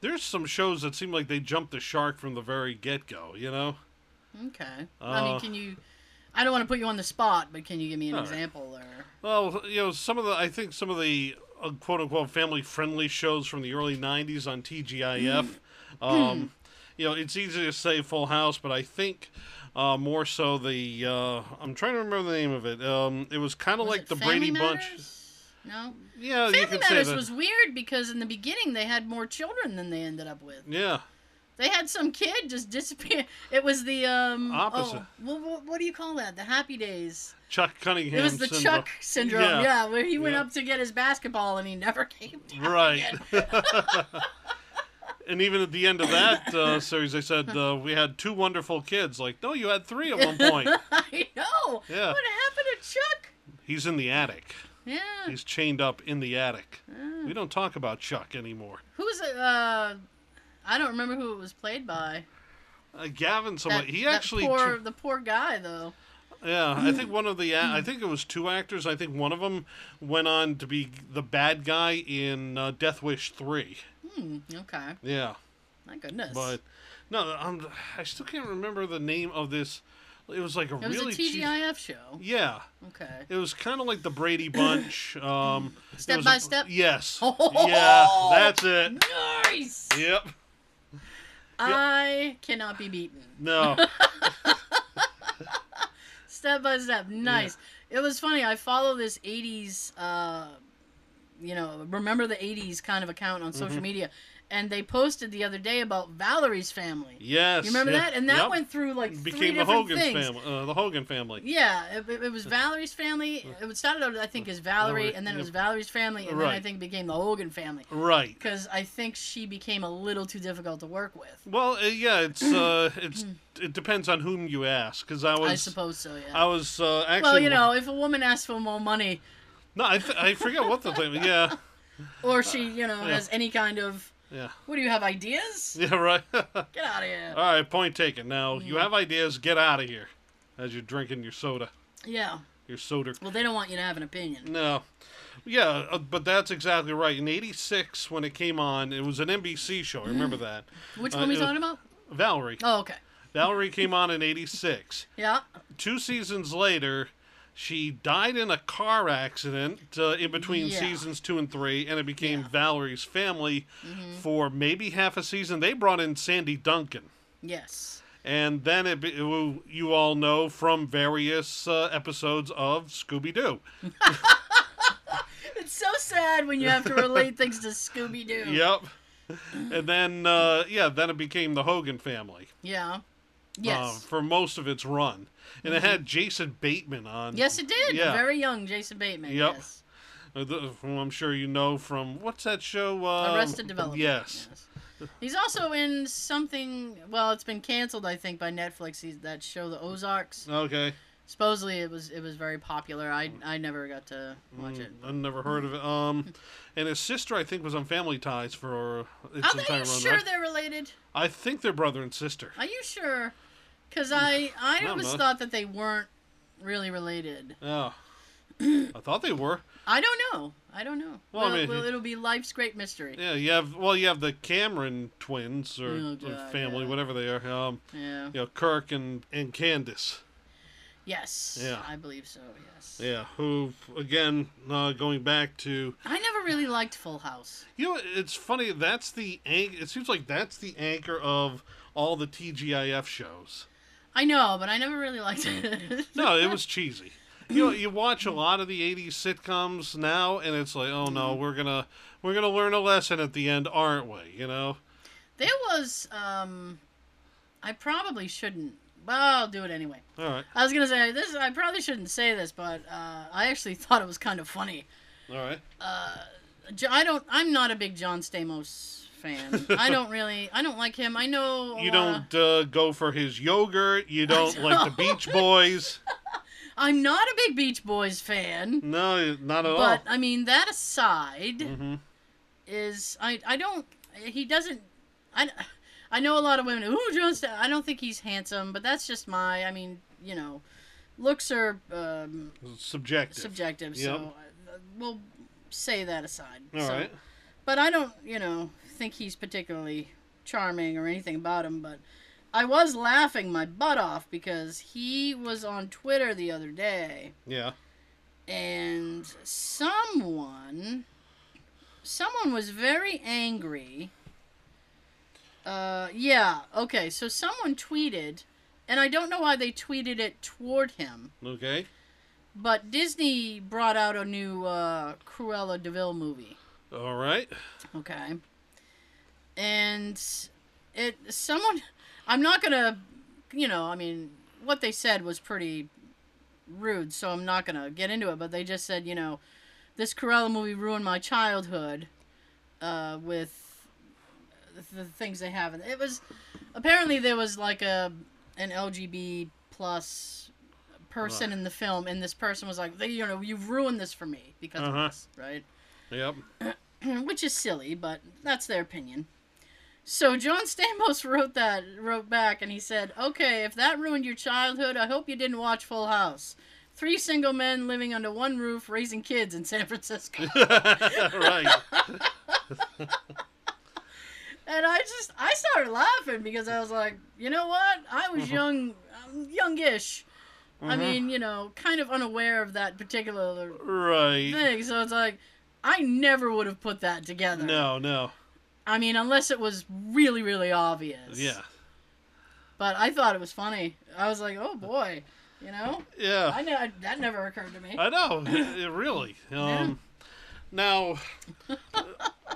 There's some shows that seem like they jumped the shark from the very get go, you know? Okay. I mean, Uh, can you? I don't want to put you on the spot, but can you give me an All right. example or? Well, you know, some of the, I think some of the uh, quote unquote family friendly shows from the early 90s on TGIF. Mm. Hmm. Um, you know, it's easy to say Full House, but I think uh, more so the, uh, I'm trying to remember the name of it. Um, it was kind of Was like it the Family Brady Bunch. Matters? No. Yeah, you Family could say Matters that. was weird because in the beginning they had more children than they ended up with. Yeah. They had some kid just disappear. It was the um Opposite. Oh, what, what, what do you call that? The Happy Days. Chuck Cunningham. it was the syndrome. Chuck syndrome. Yeah. Yeah, where he went Yeah. up to get his basketball and he never came down. Right. again. and even at the end of that uh, series, they said uh, we had two wonderful kids. Like, no, you had three at one point. I know. Yeah. What happened to Chuck? He's in the attic. Yeah. He's chained up in the attic. Uh, We don't talk about Chuck anymore. Who's uh I don't remember who it was played by. Uh, Gavin, someone That- he that actually, poor, the poor guy though. tr- yeah, I think one of the, a- I think it was two actors. I think one of them went on to be the bad guy in uh, Death Wish three. Hmm, okay. Yeah. My goodness. But no, I'm, I still can't remember the name of this. It was like a it was really a cheesy- TGIF show. Yeah, Okay. it was kind of like the Brady Bunch. Um, it Step was by a- step? Yes. Oh! Yeah, that's it. Nice. Yep. I cannot be beaten. No. Step by step. Nice. It was funny. I follow this 80s uh you know, remember the 80s kind of account on Mm-hmm. social media and they posted the other day about Valerie's family. Yes. You remember yeah. that? And that Yep. went through like three became the different Hogan things. family. Uh, the Hogan family. Yeah, it, it- it was Valerie's family. It started out, I think, as Valerie, Valerie, and then it yeah. was Valerie's family, and then I Right. think it became the Hogan family. Right. Because I think she became a little too difficult to work with. Well, uh, yeah, it's uh, it's it depends on whom you ask. Because I was I suppose so, yeah. I was uh, actually well, you know, if a woman asks for more money, no, I, th- I forget what the thing. Yeah, or she, you know, Uh, yeah. has any kind of, yeah, what do you have, ideas? yeah. Right. All Get out of here. right. Point taken. Now you have ideas. Get out of here. As you're drinking your soda, yeah. your soda. Well, they don't want you to have an opinion. No. Yeah, uh, but that's exactly right. In '86, when it came on, it was an NBC show. I remember that. Mm. Which Uh, one we it talking was- about? Valerie. Oh, okay. Valerie came on in '86. Yeah. two seasons later, she died in a car accident uh, in between Yeah. seasons two and three, and it became Yeah. Mm-hmm. Valerie's family for maybe half a season. They brought in Sandy Duncan, Yes. and then it, be- who you all know from various uh, episodes of Scooby Doo. It's so sad when you have to relate things to Scooby Doo. Yep. And then, uh, yeah, then it became the Hogan family Yeah. uh, Yes. Mm-hmm. for most of its run, and it had Jason Bateman on. Yes, it did. Yeah. Very young Jason Bateman. Yep. Yes. Uh, the- who I'm sure you know from what's that show? Uh, Arrested Development. Yes. yes. He's also in something. Well, it's been canceled, I think, by Netflix. He's that show, The Ozarks. Okay. Supposedly, it was it was very popular. I I never got to watch it. I've never heard of it. Um, and his sister, I think, was on Family Ties for its Are entire run. you sure right? they're related? I think they're brother and sister. Are you sure? Because I I Mm, don't always know. thought that they weren't really related. Oh. I thought they were. I don't know. I don't know. Well, I Well, mean, well, he- it'll be life's great mystery. Yeah, you have well, you have the Cameron twins or Oh, the God, family, yeah. whatever they are. Um, Yeah. you know, Kirk and and Candace. Yes. Yeah. I believe so. Yes. Yeah, who again, uh, going back to I never really liked Full House. you know, it's funny. That's the anch- It seems like that's the anchor of all the TGIF shows. I know, but I never really liked it. Mm. No, it was cheesy. You know, you watch a lot of the '80s sitcoms now, and it's like, oh no, we're gonna we're gonna learn a lesson at the end, aren't we? You know? There was um I probably shouldn't well, I'll do it anyway. All right, I was gonna say this. I probably shouldn't say this, but uh, I actually thought it was kind of funny. all right. Jo- I don't. I'm not a big John Stamos fan. I don't really. I don't like him. I know. a You lot of- don't uh, go for his yogurt. You don't like the Beach Boys. I'm not a big Beach Boys fan. No, not at But I mean, that aside, all. hmm is I I don't. He doesn't. I I know a lot of women. Ooh, John. Sta- I don't think he's handsome, but that's just my. I mean, you know, looks are um, Subjective. subjective. So uh, we'll say that aside. All so, right. But I don't, you know, think he's particularly charming or anything about him. But I was laughing my butt off because he was on Twitter the other day Yeah. and someone someone was very angry uh yeah okay so someone tweeted and i don't know why they tweeted it toward him Okay. but disney brought out a new uh cruella deville movie All right. okay and it someone i'm not gonna you know i mean what they said was pretty rude so i'm not gonna get into it but they just said you know this corella movie ruined my childhood uh, with the things they have in it was apparently there was like a an lgb plus person Right. in the film and this person was like you know you've ruined this for me because Uh-huh. of this right Yep. Hmm, which is silly, but that's their opinion. So John Stamos wrote that wrote back and he said, "Okay, if that ruined your childhood, I hope you didn't watch Full House. Three single men living under one roof raising kids in San Francisco." right. and I just I started laughing because I was like, "You know what? I Uh-huh. was young, um, youngish. I Mhm. mean, you know, kind of unaware of that particular Right. thing. So it's like I never would have put that together. No, no. I mean, unless it was really, really obvious. Yeah. But I thought it was funny. I was like, oh boy, you know, Yeah. I ne- that never occurred to me. I know. It, it really. Um, Now, all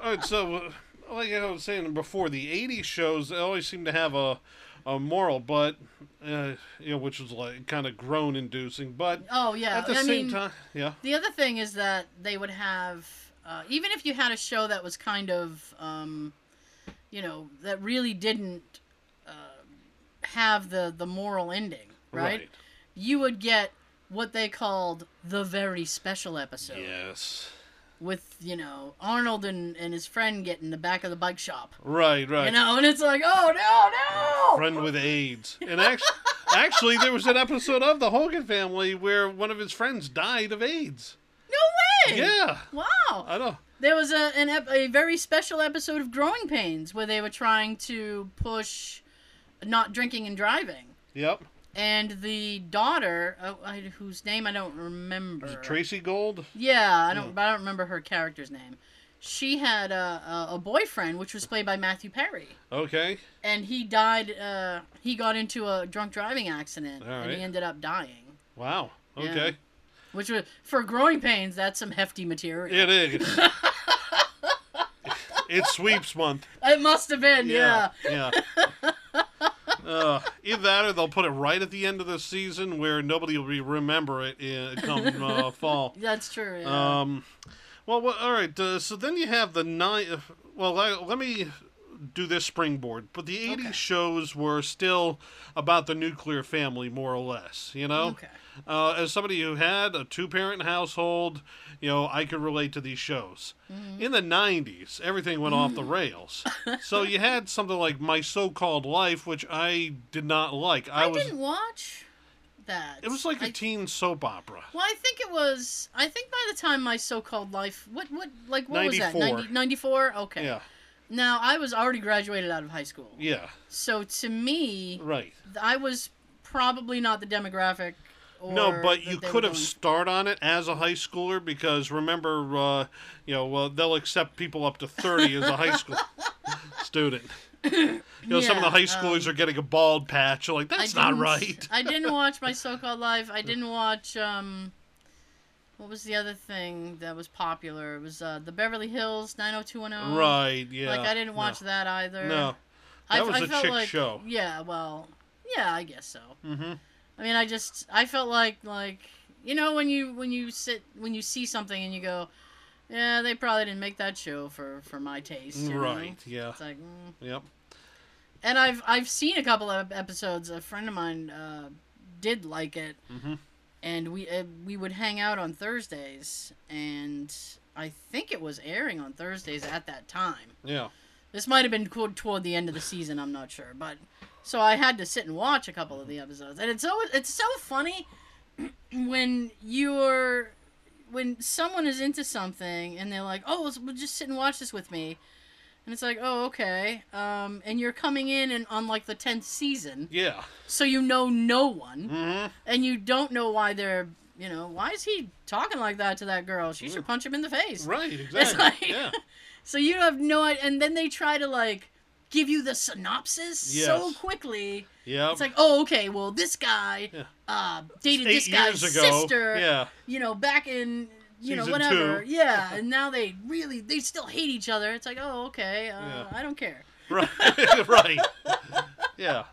right, so uh, like I was saying before, the '80s shows they always seem to have a a moral, but uh, you know, which is like kind of groan-inducing. But oh yeah, at the I same mean, time, yeah. the other thing is that they would have, uh, even if you had a show that was kind of, um, you know, that really didn't uh, have the the moral ending, right? You would get what they called the very special episode Yes. with you know Arnold and and his friend get in the back of the bike shop. Right. Right. You know, and it's like, oh no, no! friend with AIDS. And actually, actually, there was an episode of the Hogan Family where one of his friends died of AIDS. No way! Yeah, Wow. I know. There was a an ep- a very special episode of Growing Pains where they were trying to push not drinking and driving, Yep. and the daughter, oh, I, whose name I don't remember. Is it Tracy Gold? Yeah, I don't. But I don't remember her character's name. She had a, a, a boyfriend, which was played by Matthew Perry, Okay. and he died. Uh, he got into a drunk driving accident, All and right. he ended up dying. Wow. Yeah. Okay. Which was for growing pains. That's some hefty material. It is. it's sweeps month. It must have been. yeah. Yeah. Uh, either that or they'll put it right at the end of the season where nobody will be remember it in, come uh, fall. That's true. Yeah. Um, well, well, all right. Uh, so then you have the nine. uh, Well, I, let me do this springboard. But the '80s Okay. shows were still about the nuclear family, more or less. You know, okay. uh, as somebody who had a two-parent household, you know, I could relate to these shows. Mm-hmm. In the '90s, everything went off the rails. so you had something like My So-Called Life, which I did not like. I, I, was. didn't watch that. It was like a a teen soap opera. Well, I think it was. I think by the time my so-called life, what, what, like, what was 94. that? 90, 94? Okay. Yeah. Now I was already graduated out of high school, Yeah. so to me, Right. I was probably not the demographic. Or No, but that you they were could have going- started on it as a high schooler because remember, uh, you know, uh, they'll accept people up to 30 as a high school student. You know, some of the Yeah, high schoolers um, are getting a bald patch. You're like, I that's not didn't- right. I didn't watch my so-called life. I didn't watch um. What was the other thing that was popular? It was uh, the Beverly Hills 90210. Right, yeah. uh, Like I didn't watch that either. No. no. I- That was I a felt chick like- show. Yeah, well, yeah, I guess so. Mm-hmm. I mean, I just I felt like like you know when you when you sit when you see something and you go, yeah, they probably didn't make that show for for my taste. you know? Right, yeah. It's like, mm. Yep. and I've I've seen a couple of episodes. A friend of mine uh, did like it, Mhm. and we uh, we would hang out on Thursdays, and I think it was airing on Thursdays at that time. Yeah. This might have been toward, toward the end of the season. I'm not sure, but so I had to sit and watch a couple of the episodes, and it's so it's so funny when you're when someone is into something and they're like, "Oh, let's, we'll just sit and watch this with me," and it's like, "Oh, okay," um, and you're coming in and on like the tenth season, Yeah. so you know no one hmm and you don't know why they're you know why is he talking like that to that girl she should punch him in the face Right. Exactly. like- yeah. so you have no idea and then they try to like give you the synopsis so Yes. quickly Yeah. it's like oh okay well this guy Yeah. uh dated eight this guy's years ago. sister Yeah. you know back in you know Season whatever two. yeah and now they really they still hate each other it's like oh okay uh, Yeah. i don't care Right. right. Yeah.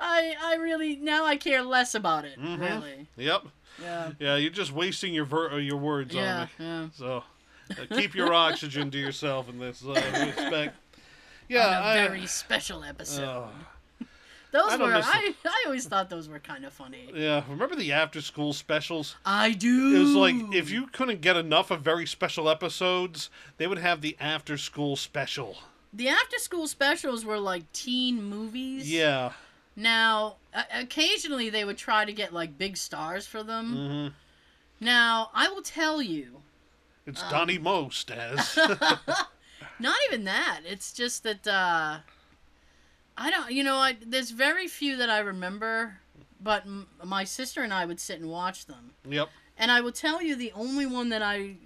i i really now i care less about it Mhm. really Yep. yeah Yeah. You're just wasting your ver- uh, your words on yeah me. yeah So uh, keep your oxygen to yourself in this uh, respect. Yeah. on a I- very special episode uh, Those I don't were miss I, I always thought those were kind of funny. yeah. Remember the after school specials? I do. It was like if you couldn't get enough of very special episodes, they would have the after school special. the after school specials were like teen movies. Yeah. Now, o- occasionally they would try to get like big stars for them. hmm Now, I will tell you, It's Um, Donnie Most as. not even that. It's just that uh, I don't. You know, I, there's very few that I remember, but m- my sister and I would sit and watch them. yep. And I will tell you, the only one that I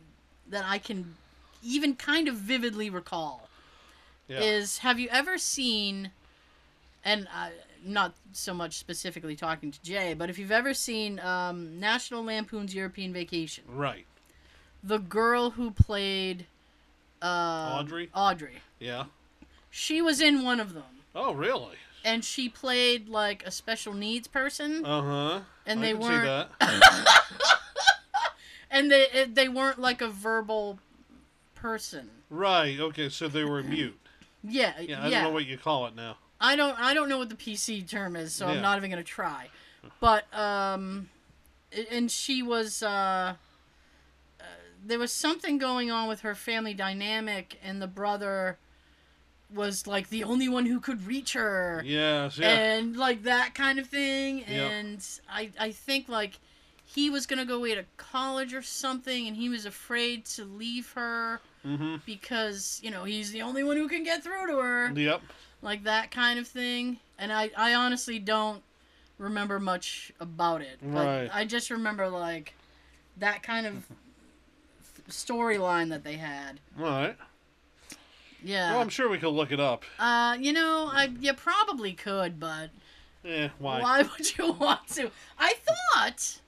that I can even kind of vividly recall Yeah. is have you ever seen and uh, not so much specifically talking to jay but if you've ever seen um, national lampoon's european vacation right. the girl who played uh, Audrey? audrey Yeah. she was in one of them Oh, really? and she played like a special needs person Uh huh. and I they can weren't See that. and they it- they weren't like a verbal person right. Okay. So they were mute. yeah Yeah. I don't know what you call it now. I don't I don't know what the PC term is, so Yeah. I'm not even gonna try. But um, a- and she was uh, uh, there was something going on with her family dynamic, and the brother was like the only one who could reach her, Yes. Yeah. and like that kind of thing. Yeah. And I I think like he was gonna go away to college or something, and he was afraid to leave her mm-hmm. because you know he's the only one who can get through to her Yep. like that kind of thing. And I, I honestly don't remember much about it. But Right. I just remember like that kind of storyline that they had. All right. Well, Yeah. I'm sure we could look it up. uh, you know, I you probably could, but Eh. Why? why would you want to? I thought,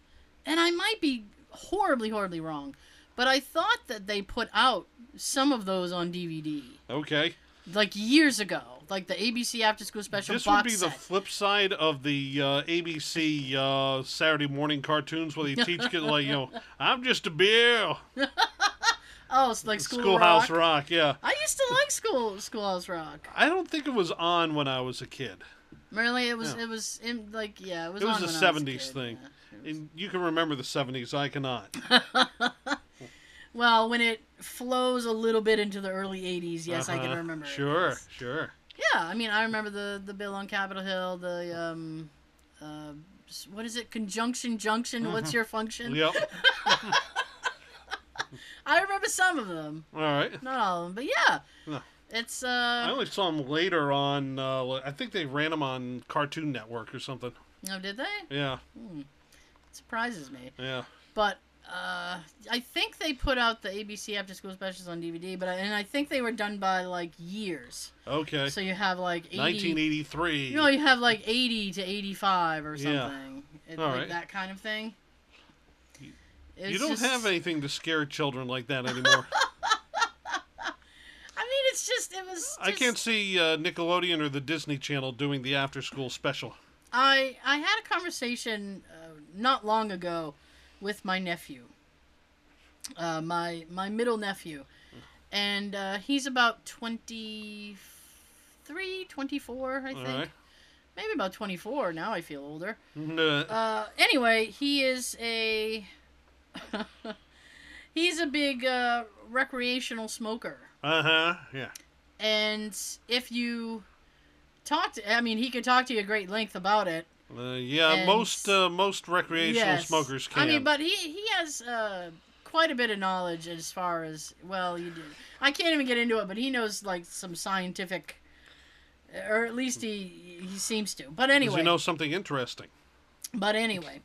and I might be horribly, horribly wrong, but I thought that they put out some of those on DVD Okay. like years ago, like the ABC After School Special This would box be the set. flip side of the uh, ABC uh, Saturday morning cartoons where they teach kids like you know I'm just a bill. oh, it's like School Schoolhouse Rock. Rock. Yeah. I used to like school Schoolhouse Rock. I don't think it was on when I was a kid. Really, it was Yeah. it was in, like yeah, it was. It was on a when I 70s kid, thing. yeah. It And you can remember the 70s. I cannot. was- well, when it flows a little bit into the early '80s, yes, I can Uh-huh. remember. it, Sure, yes. sure. Yeah, I mean, I remember the the bill on Capitol Hill. The um, uh, s- what is it? Conjunction junction. Mm-hmm. What's your function? Yep. I remember some of them, All right. not all of them, but yeah. No. It's I uh. only saw them later on. Uh, I think they ran them on Cartoon Network or something. Oh, did they? Yeah, Hmm. Surprises me. yeah. but uh, I think they put out the ABC After School Specials on DVD, but I, and I think they were done by like years. Okay. So you have like eighty, 1983. you know, you have like eighty to eighty-five or Yeah. something, It- All like right. that kind of thing. you don't have a. I anything to scare children like that anymore. mean, it's just it was. I just- can't see uh, Nickelodeon or the Disney Channel doing the after school special. I I had a conversation uh, not long ago with my nephew, uh, my my middle nephew, and uh, he's about 23, 24, I All think. right. Maybe about 24 now. I feel older. Nah. Uh, anyway, he is a he's a big uh, recreational smoker, Uh huh. Yeah. and if you talk to, I mean, he can talk to you at great length about it. Uh, yeah, And- most uh, most recreational Yes. smokers can. I mean, but he he has uh, quite a bit of knowledge as far as well. You do. I can't even get into it, but he knows like some scientific, or at least he he seems to. But 'Cause anyway, you know something interesting. but anyway,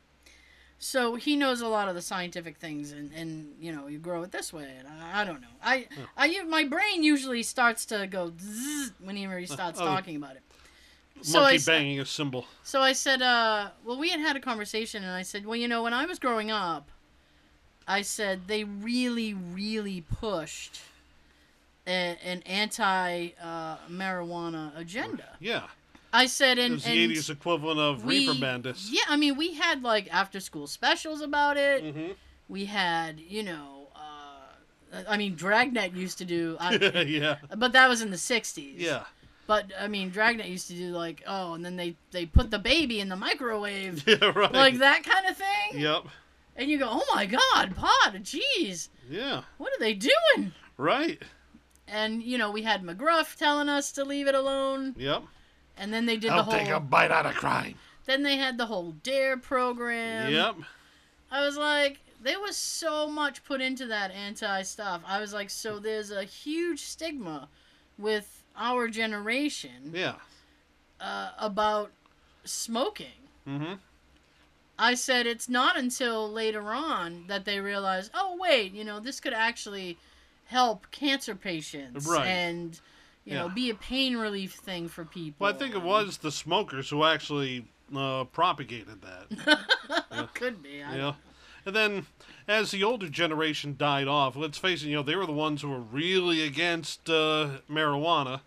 so he knows a lot of the scientific things, and and you know you grow it this way, and I, I don't know. I Hmm. I u- my brain usually starts to go zzz whenever he starts oh. talking about it. Monkey s- banging a cymbal. so I said, uh, well, we had had a conversation, and I said, well, you know, when I was growing up, I said they really, really pushed a, an anti uh, marijuana agenda. Yeah, I said, it and, was the and '80s equivalent of we, reefer bandits. yeah, I mean, we had like after school specials about it. Mhm. We had, you know, uh, I mean, Dragnet used to do, I, yeah, but that was in the '60s. yeah. But I mean, Dragnet used to do like, oh, and then they they put the baby in the microwave Yeah, right. like that kind of thing. Yep. And you go, oh my God, pot, jeez, Yeah. what are they doing? Right. And you know, we had McGruff telling us to leave it alone, Yep. and then they did the I'll whole. take a bite out of crime. Then they had the whole Dare program. yep. I was like, there was so much put into that anti stuff. I was like, so there's a huge stigma with our generation Yeah. uh, about smoking. Mm-hmm. I said it's not until later on that they realize, oh wait, you know, this could actually help cancer patients Right. and you know, Yeah. be a pain relief thing for people. Well, I think it was the smokers who actually uh, propagated that. could be. I, yeah. And then, as the older generation died off, let's face it, you know, they were the ones who were really against uh, marijuana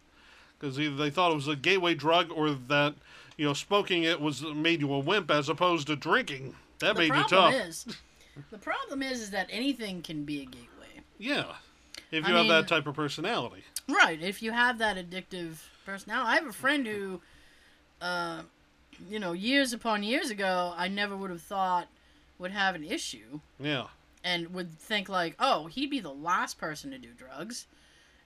because either they thought it was a gateway drug or that, you know, smoking it was made you a wimp as opposed to drinking. That The made you problem tough. is the problem is is that anything can be a gateway. Yeah. If I you have mean- that type of personality. Right, if you have that addictive personality. I have a friend who uh you know, years upon years ago I never would have thought would have an issue. Yeah. and would think like, oh, he'd be the last person to do drugs,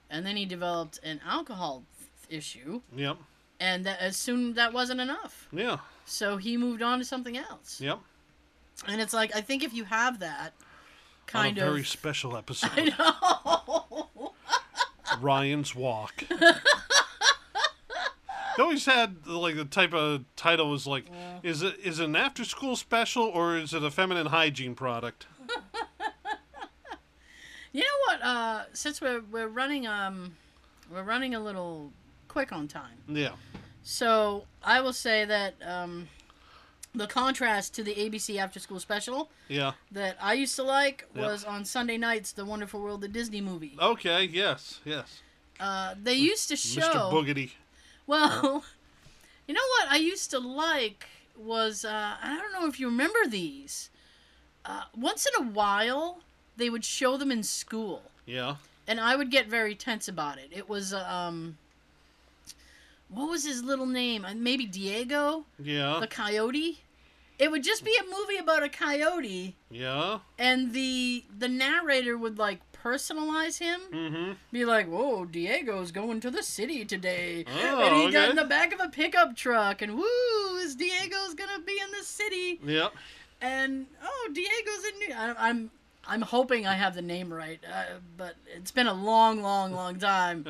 and then he developed an alcohol issue, Yep. and that as soon that wasn't enough, Yeah. so he moved on to something else. Yep. And it's like I think if you have that kind On a very of, special I episode, know, Ryan's Walk. they always had like the type of title was like, is it is it an after school special or is it a feminine hygiene product? you know what? Uh, since we're we're running um, we're running a little quick on time, Yeah. so I will say that um, the contrast to the ABC After School Special Yeah. that I used to like Yep. was on Sunday nights, The Wonderful World of Disney movie. Okay. Yes. Yes. Uh, they used to show. Mr. Boogity. Well, you know what I used to like was uh, I don't know if you remember these. Uh, once in a while, they would show them in school, Yeah. and I would get very tense about it. It was um, what was his little name? Uh, Maybe Diego Yeah. the coyote. It would just be a movie about a coyote. Yeah. and the the narrator would like personalize him Mm-hmm. be like whoa diego's going to the city today Oh, and he okay. got in the back of a pickup truck and woo is diego's gonna be in the city Yep. and oh diego's in new I, i'm i'm hoping i have the name right uh, but it's been a long long long time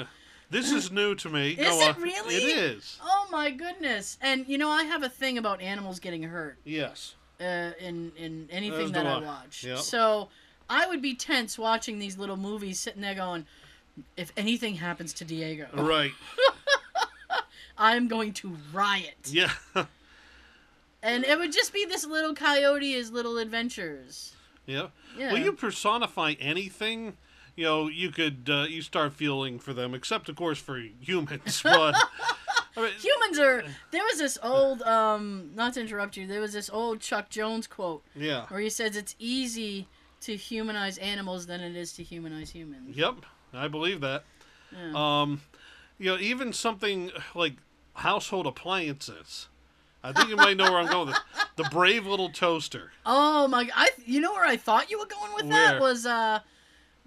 This is new to me. Go Is it on. really? It is. oh my goodness and you know i have a thing about animals getting hurt Yes. uh, in in anything As that do I I. watch. Yep. So I would be tense watching these little movies, sitting there going, "If anything happens to Diego, Right. I'm going to riot." Yeah. And it would just be this little coyote's little adventures. yeah. Yeah. Well, you personify anything, you know, you could uh, you start feeling for them, except of course for humans. But I mean, Humans are. There was this old, um, not to interrupt you. There was this old Chuck Jones quote yeah, where he says, "It's easy to humanize animals than it is to humanize humans." yep, I believe that. Yeah. Um, you know, even something like household appliances. I think you might know where I'm going with this. The brave little toaster. Oh my! I you know where I thought you were going with Where? that was uh,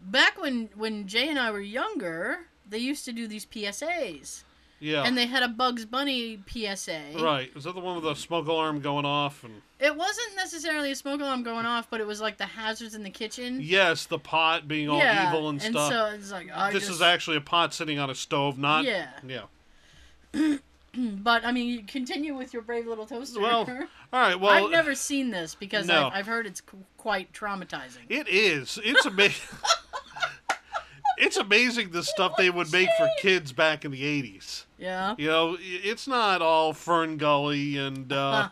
back when when Jay and I were younger. they used to do these PSAs, Yeah. and they had a Bugs Bunny PSA. right. Is that the one with the smoke alarm going off? And It wasn't necessarily a smoke alarm going off, but it was like the hazards in the kitchen. yes, the pot being all evil and stuff. so it's like I this just, is actually a pot sitting on a stove, not yeah. yeah. But I mean, you continue with your brave little toaster. Well, All right. Well, I've never seen this because No. I've, I've heard it's qu- quite traumatizing. it is. It's amazing. it's amazing the stuff they would make for kids back in the '80s. yeah. You know, i- it's not all Fern Gully and Uh-huh.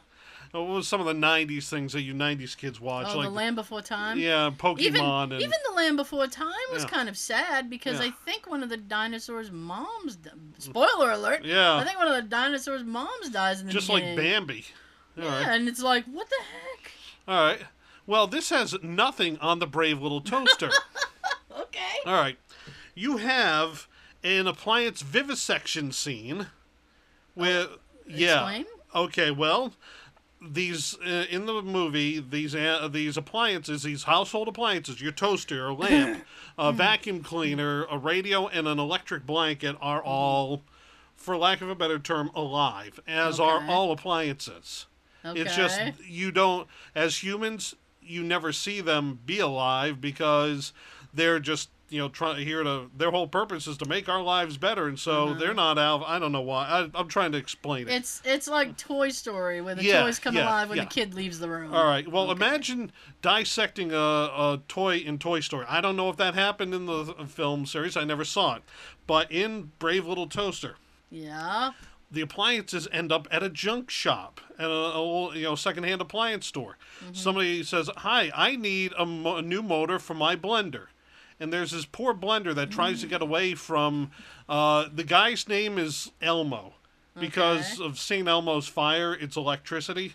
uh, what was some of the '90s things that you '90s kids watch, Oh, like the Land Before Time. yeah, Pokemon Even and even the Land Before Time was Yeah. kind of sad because Yeah. I think one of the dinosaurs' moms. d- Spoiler alert. I yeah, think one of the dinosaurs' moms dies in the just like beginning. Bambi. All right. Yeah, and it's like, what the heck? All right. Well, this has nothing on the brave little toaster. Okay. All right. You have an appliance vivisection scene where yeah. Oh, Explain? Okay, well, these uh, in the movie, these uh, these appliances, these household appliances, your toaster, a lamp, a vacuum cleaner, a radio and an electric blanket are all for lack of a better term alive, as are Okay. all appliances. Okay. It's just you don't as humans you never see them be alive because they're just you know trying here to their whole purpose is to make our lives better and so they're not out I don't know why I, I'm trying to explain it. It's it's like Toy Story when the Yeah, toys come yeah, alive when yeah. the kid leaves the room. All right. Well, imagine dissecting a, a toy in Toy Story. I don't know if that happened in the film series. I never saw it. But in Brave Little Toaster, Yeah. the appliances end up at a junk shop at a, a little, you know secondhand appliance store. Somebody says, "Hi, I need a, mo- a new motor for my blender," and there's this poor blender that tries to get away from. Uh, the guy's name is Elmo. Because Okay. of St. Elmo's fire, it's electricity.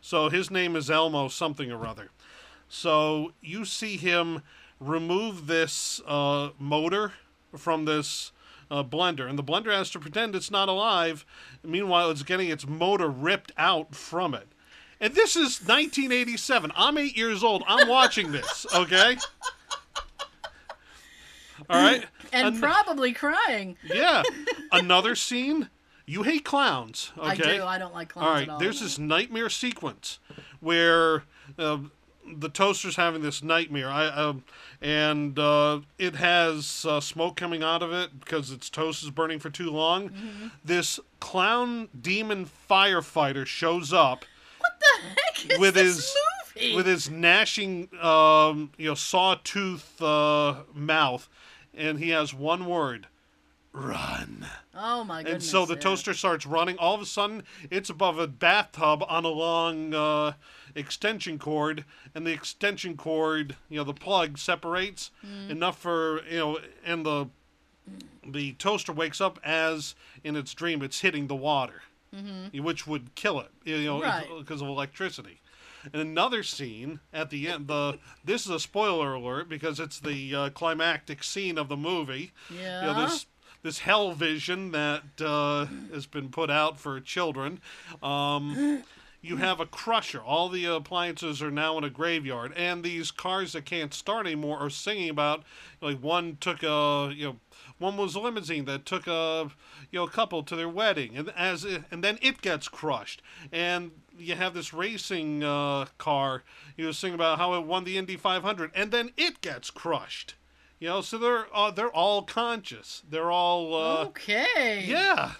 So his name is Elmo something or other. So you see him remove this uh, motor from this uh, blender, and the blender has to pretend it's not alive. Meanwhile, it's getting its motor ripped out from it. And this is 1987. I'm eight years old. I'm watching this, okay? All right. And An- probably crying. yeah. Another scene. You hate clowns, okay? I do. I don't like clowns all right, at all. there's no. this nightmare sequence where uh, the toaster's having this nightmare. I um, and uh, it has uh, smoke coming out of it because its toast is burning for too long. Mm-hmm. This clown demon firefighter shows up Heck is with this his movie? with his gnashing um, you know sawtooth uh, mouth, and he has one word: run. oh my And goodness. so the yeah. toaster starts running. All of a sudden, it's above a bathtub on a long uh, extension cord, and the extension cord, you know, the plug separates Mm. enough for you know, and the the toaster wakes up as in its dream it's hitting the water, mm-hmm. which would kill it, you know, Right. because of electricity. And another scene at the end, the this is a spoiler alert because it's the uh, climactic scene of the movie Yeah. you know this this hell vision that uh, has been put out for children um, you have a crusher all the appliances are now in a graveyard and these cars that can't start anymore are singing about like one took a you know one was a limousine that took a you know couple to their wedding and as it, and then it gets crushed and you have this racing uh, car you know singing about how it won the Indy 500 and then it gets crushed you know, so they're uh, they're all conscious. They're all Oh. uh, okay. yeah.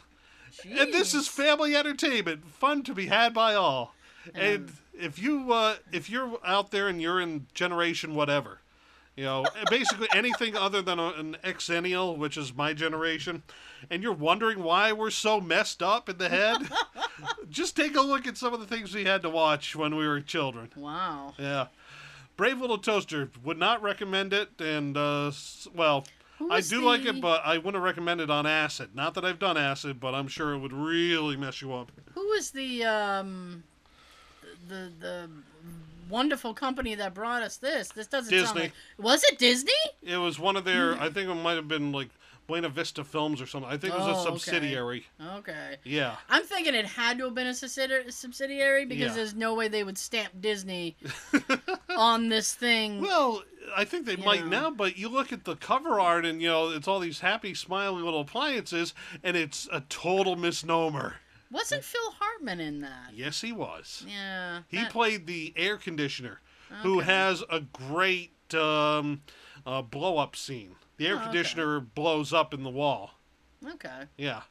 And this is family entertainment, fun to be had by all. And if you uh, if you're out there and you're in generation whatever, you know, basically anything other than a, an exennial, which is my generation, and you're wondering why we're so messed up in the head, just take a look at some of the things we had to watch when we were children. Wow. Yeah. Brave Little Toaster would not recommend it, and uh, s- well, Who I was do like it, the- but I wouldn't recommend it on acid. Not that I've done acid, but I'm sure it would really mess you up. Who was the um the the wonderful company that brought us this? This doesn't sound Disney. like Was it Disney? It was one of their, Mm. I think it might have been like Buena Vista Films or something. I think it was Oh, a okay. subsidiary. Okay. Yeah, I'm thinking it had to have been a subsidi- subsidiary because Yeah. there's no way they would stamp Disney on this thing. Well, I think they Mm. You might know. now, but you look at the cover art and you know it's all these happy, smiling little appliances, and it's a total misnomer. Wasn't Phil Hartman in that? Yes, he was. Yeah. He that- played the air conditioner, who Okay. has a great um, uh, blow up scene. The air Oh, okay. conditioner blows up in the wall. Okay. Yeah,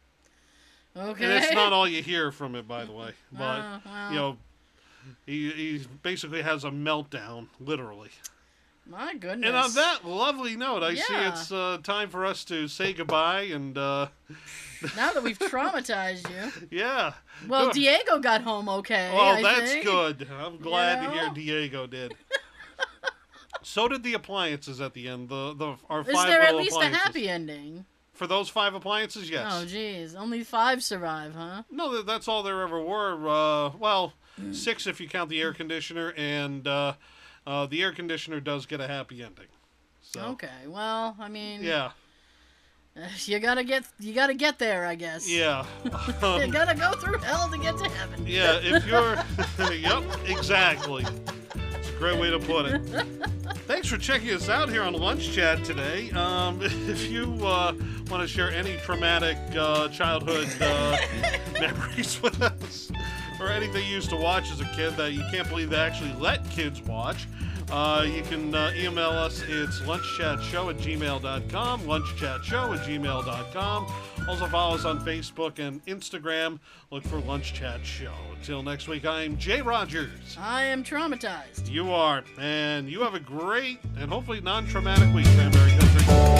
Okay. and it's not all you hear from it, by the way. But Oh, well, you know, he he basically has a meltdown, literally. my goodness. And on that lovely note, I see Yeah. it's uh, time for us to say goodbye. And uh, now that we've traumatized you. yeah, Well, Good. Diego got home okay. well, I Oh, that's think. good. I'm glad to hear know? Diego did. so did the appliances at the end. The the our Is five there at little least a appliances. happy ending? for those five appliances? Yes. Oh, geez. Only five survive, huh? No, th- that's all there ever were. Uh, well, six if you count the air conditioner, and uh, uh, the air conditioner does get a happy ending. So Okay. Well, I mean, yeah, you gotta get you gotta get there, I guess. yeah. Um, You gotta go through hell to get to heaven. Yeah, if you're. yep, exactly. It's a great way to put it. Thanks for checking us out here on Lunch Chat today. Um, if you uh, want to share any traumatic uh, childhood uh, memories with us, or anything you used to watch as a kid that you can't believe they actually let kids watch, uh, you can uh, email us. It's lunchchatshow at gmail.com, lunchchatshow at gmail.com. Also follow us on Facebook and Instagram. Look for Lunch Chat Show. Until next week, I'm Jay Rogers. I am traumatized. You are, and you have a great and hopefully non-traumatic week, Cranberry Country.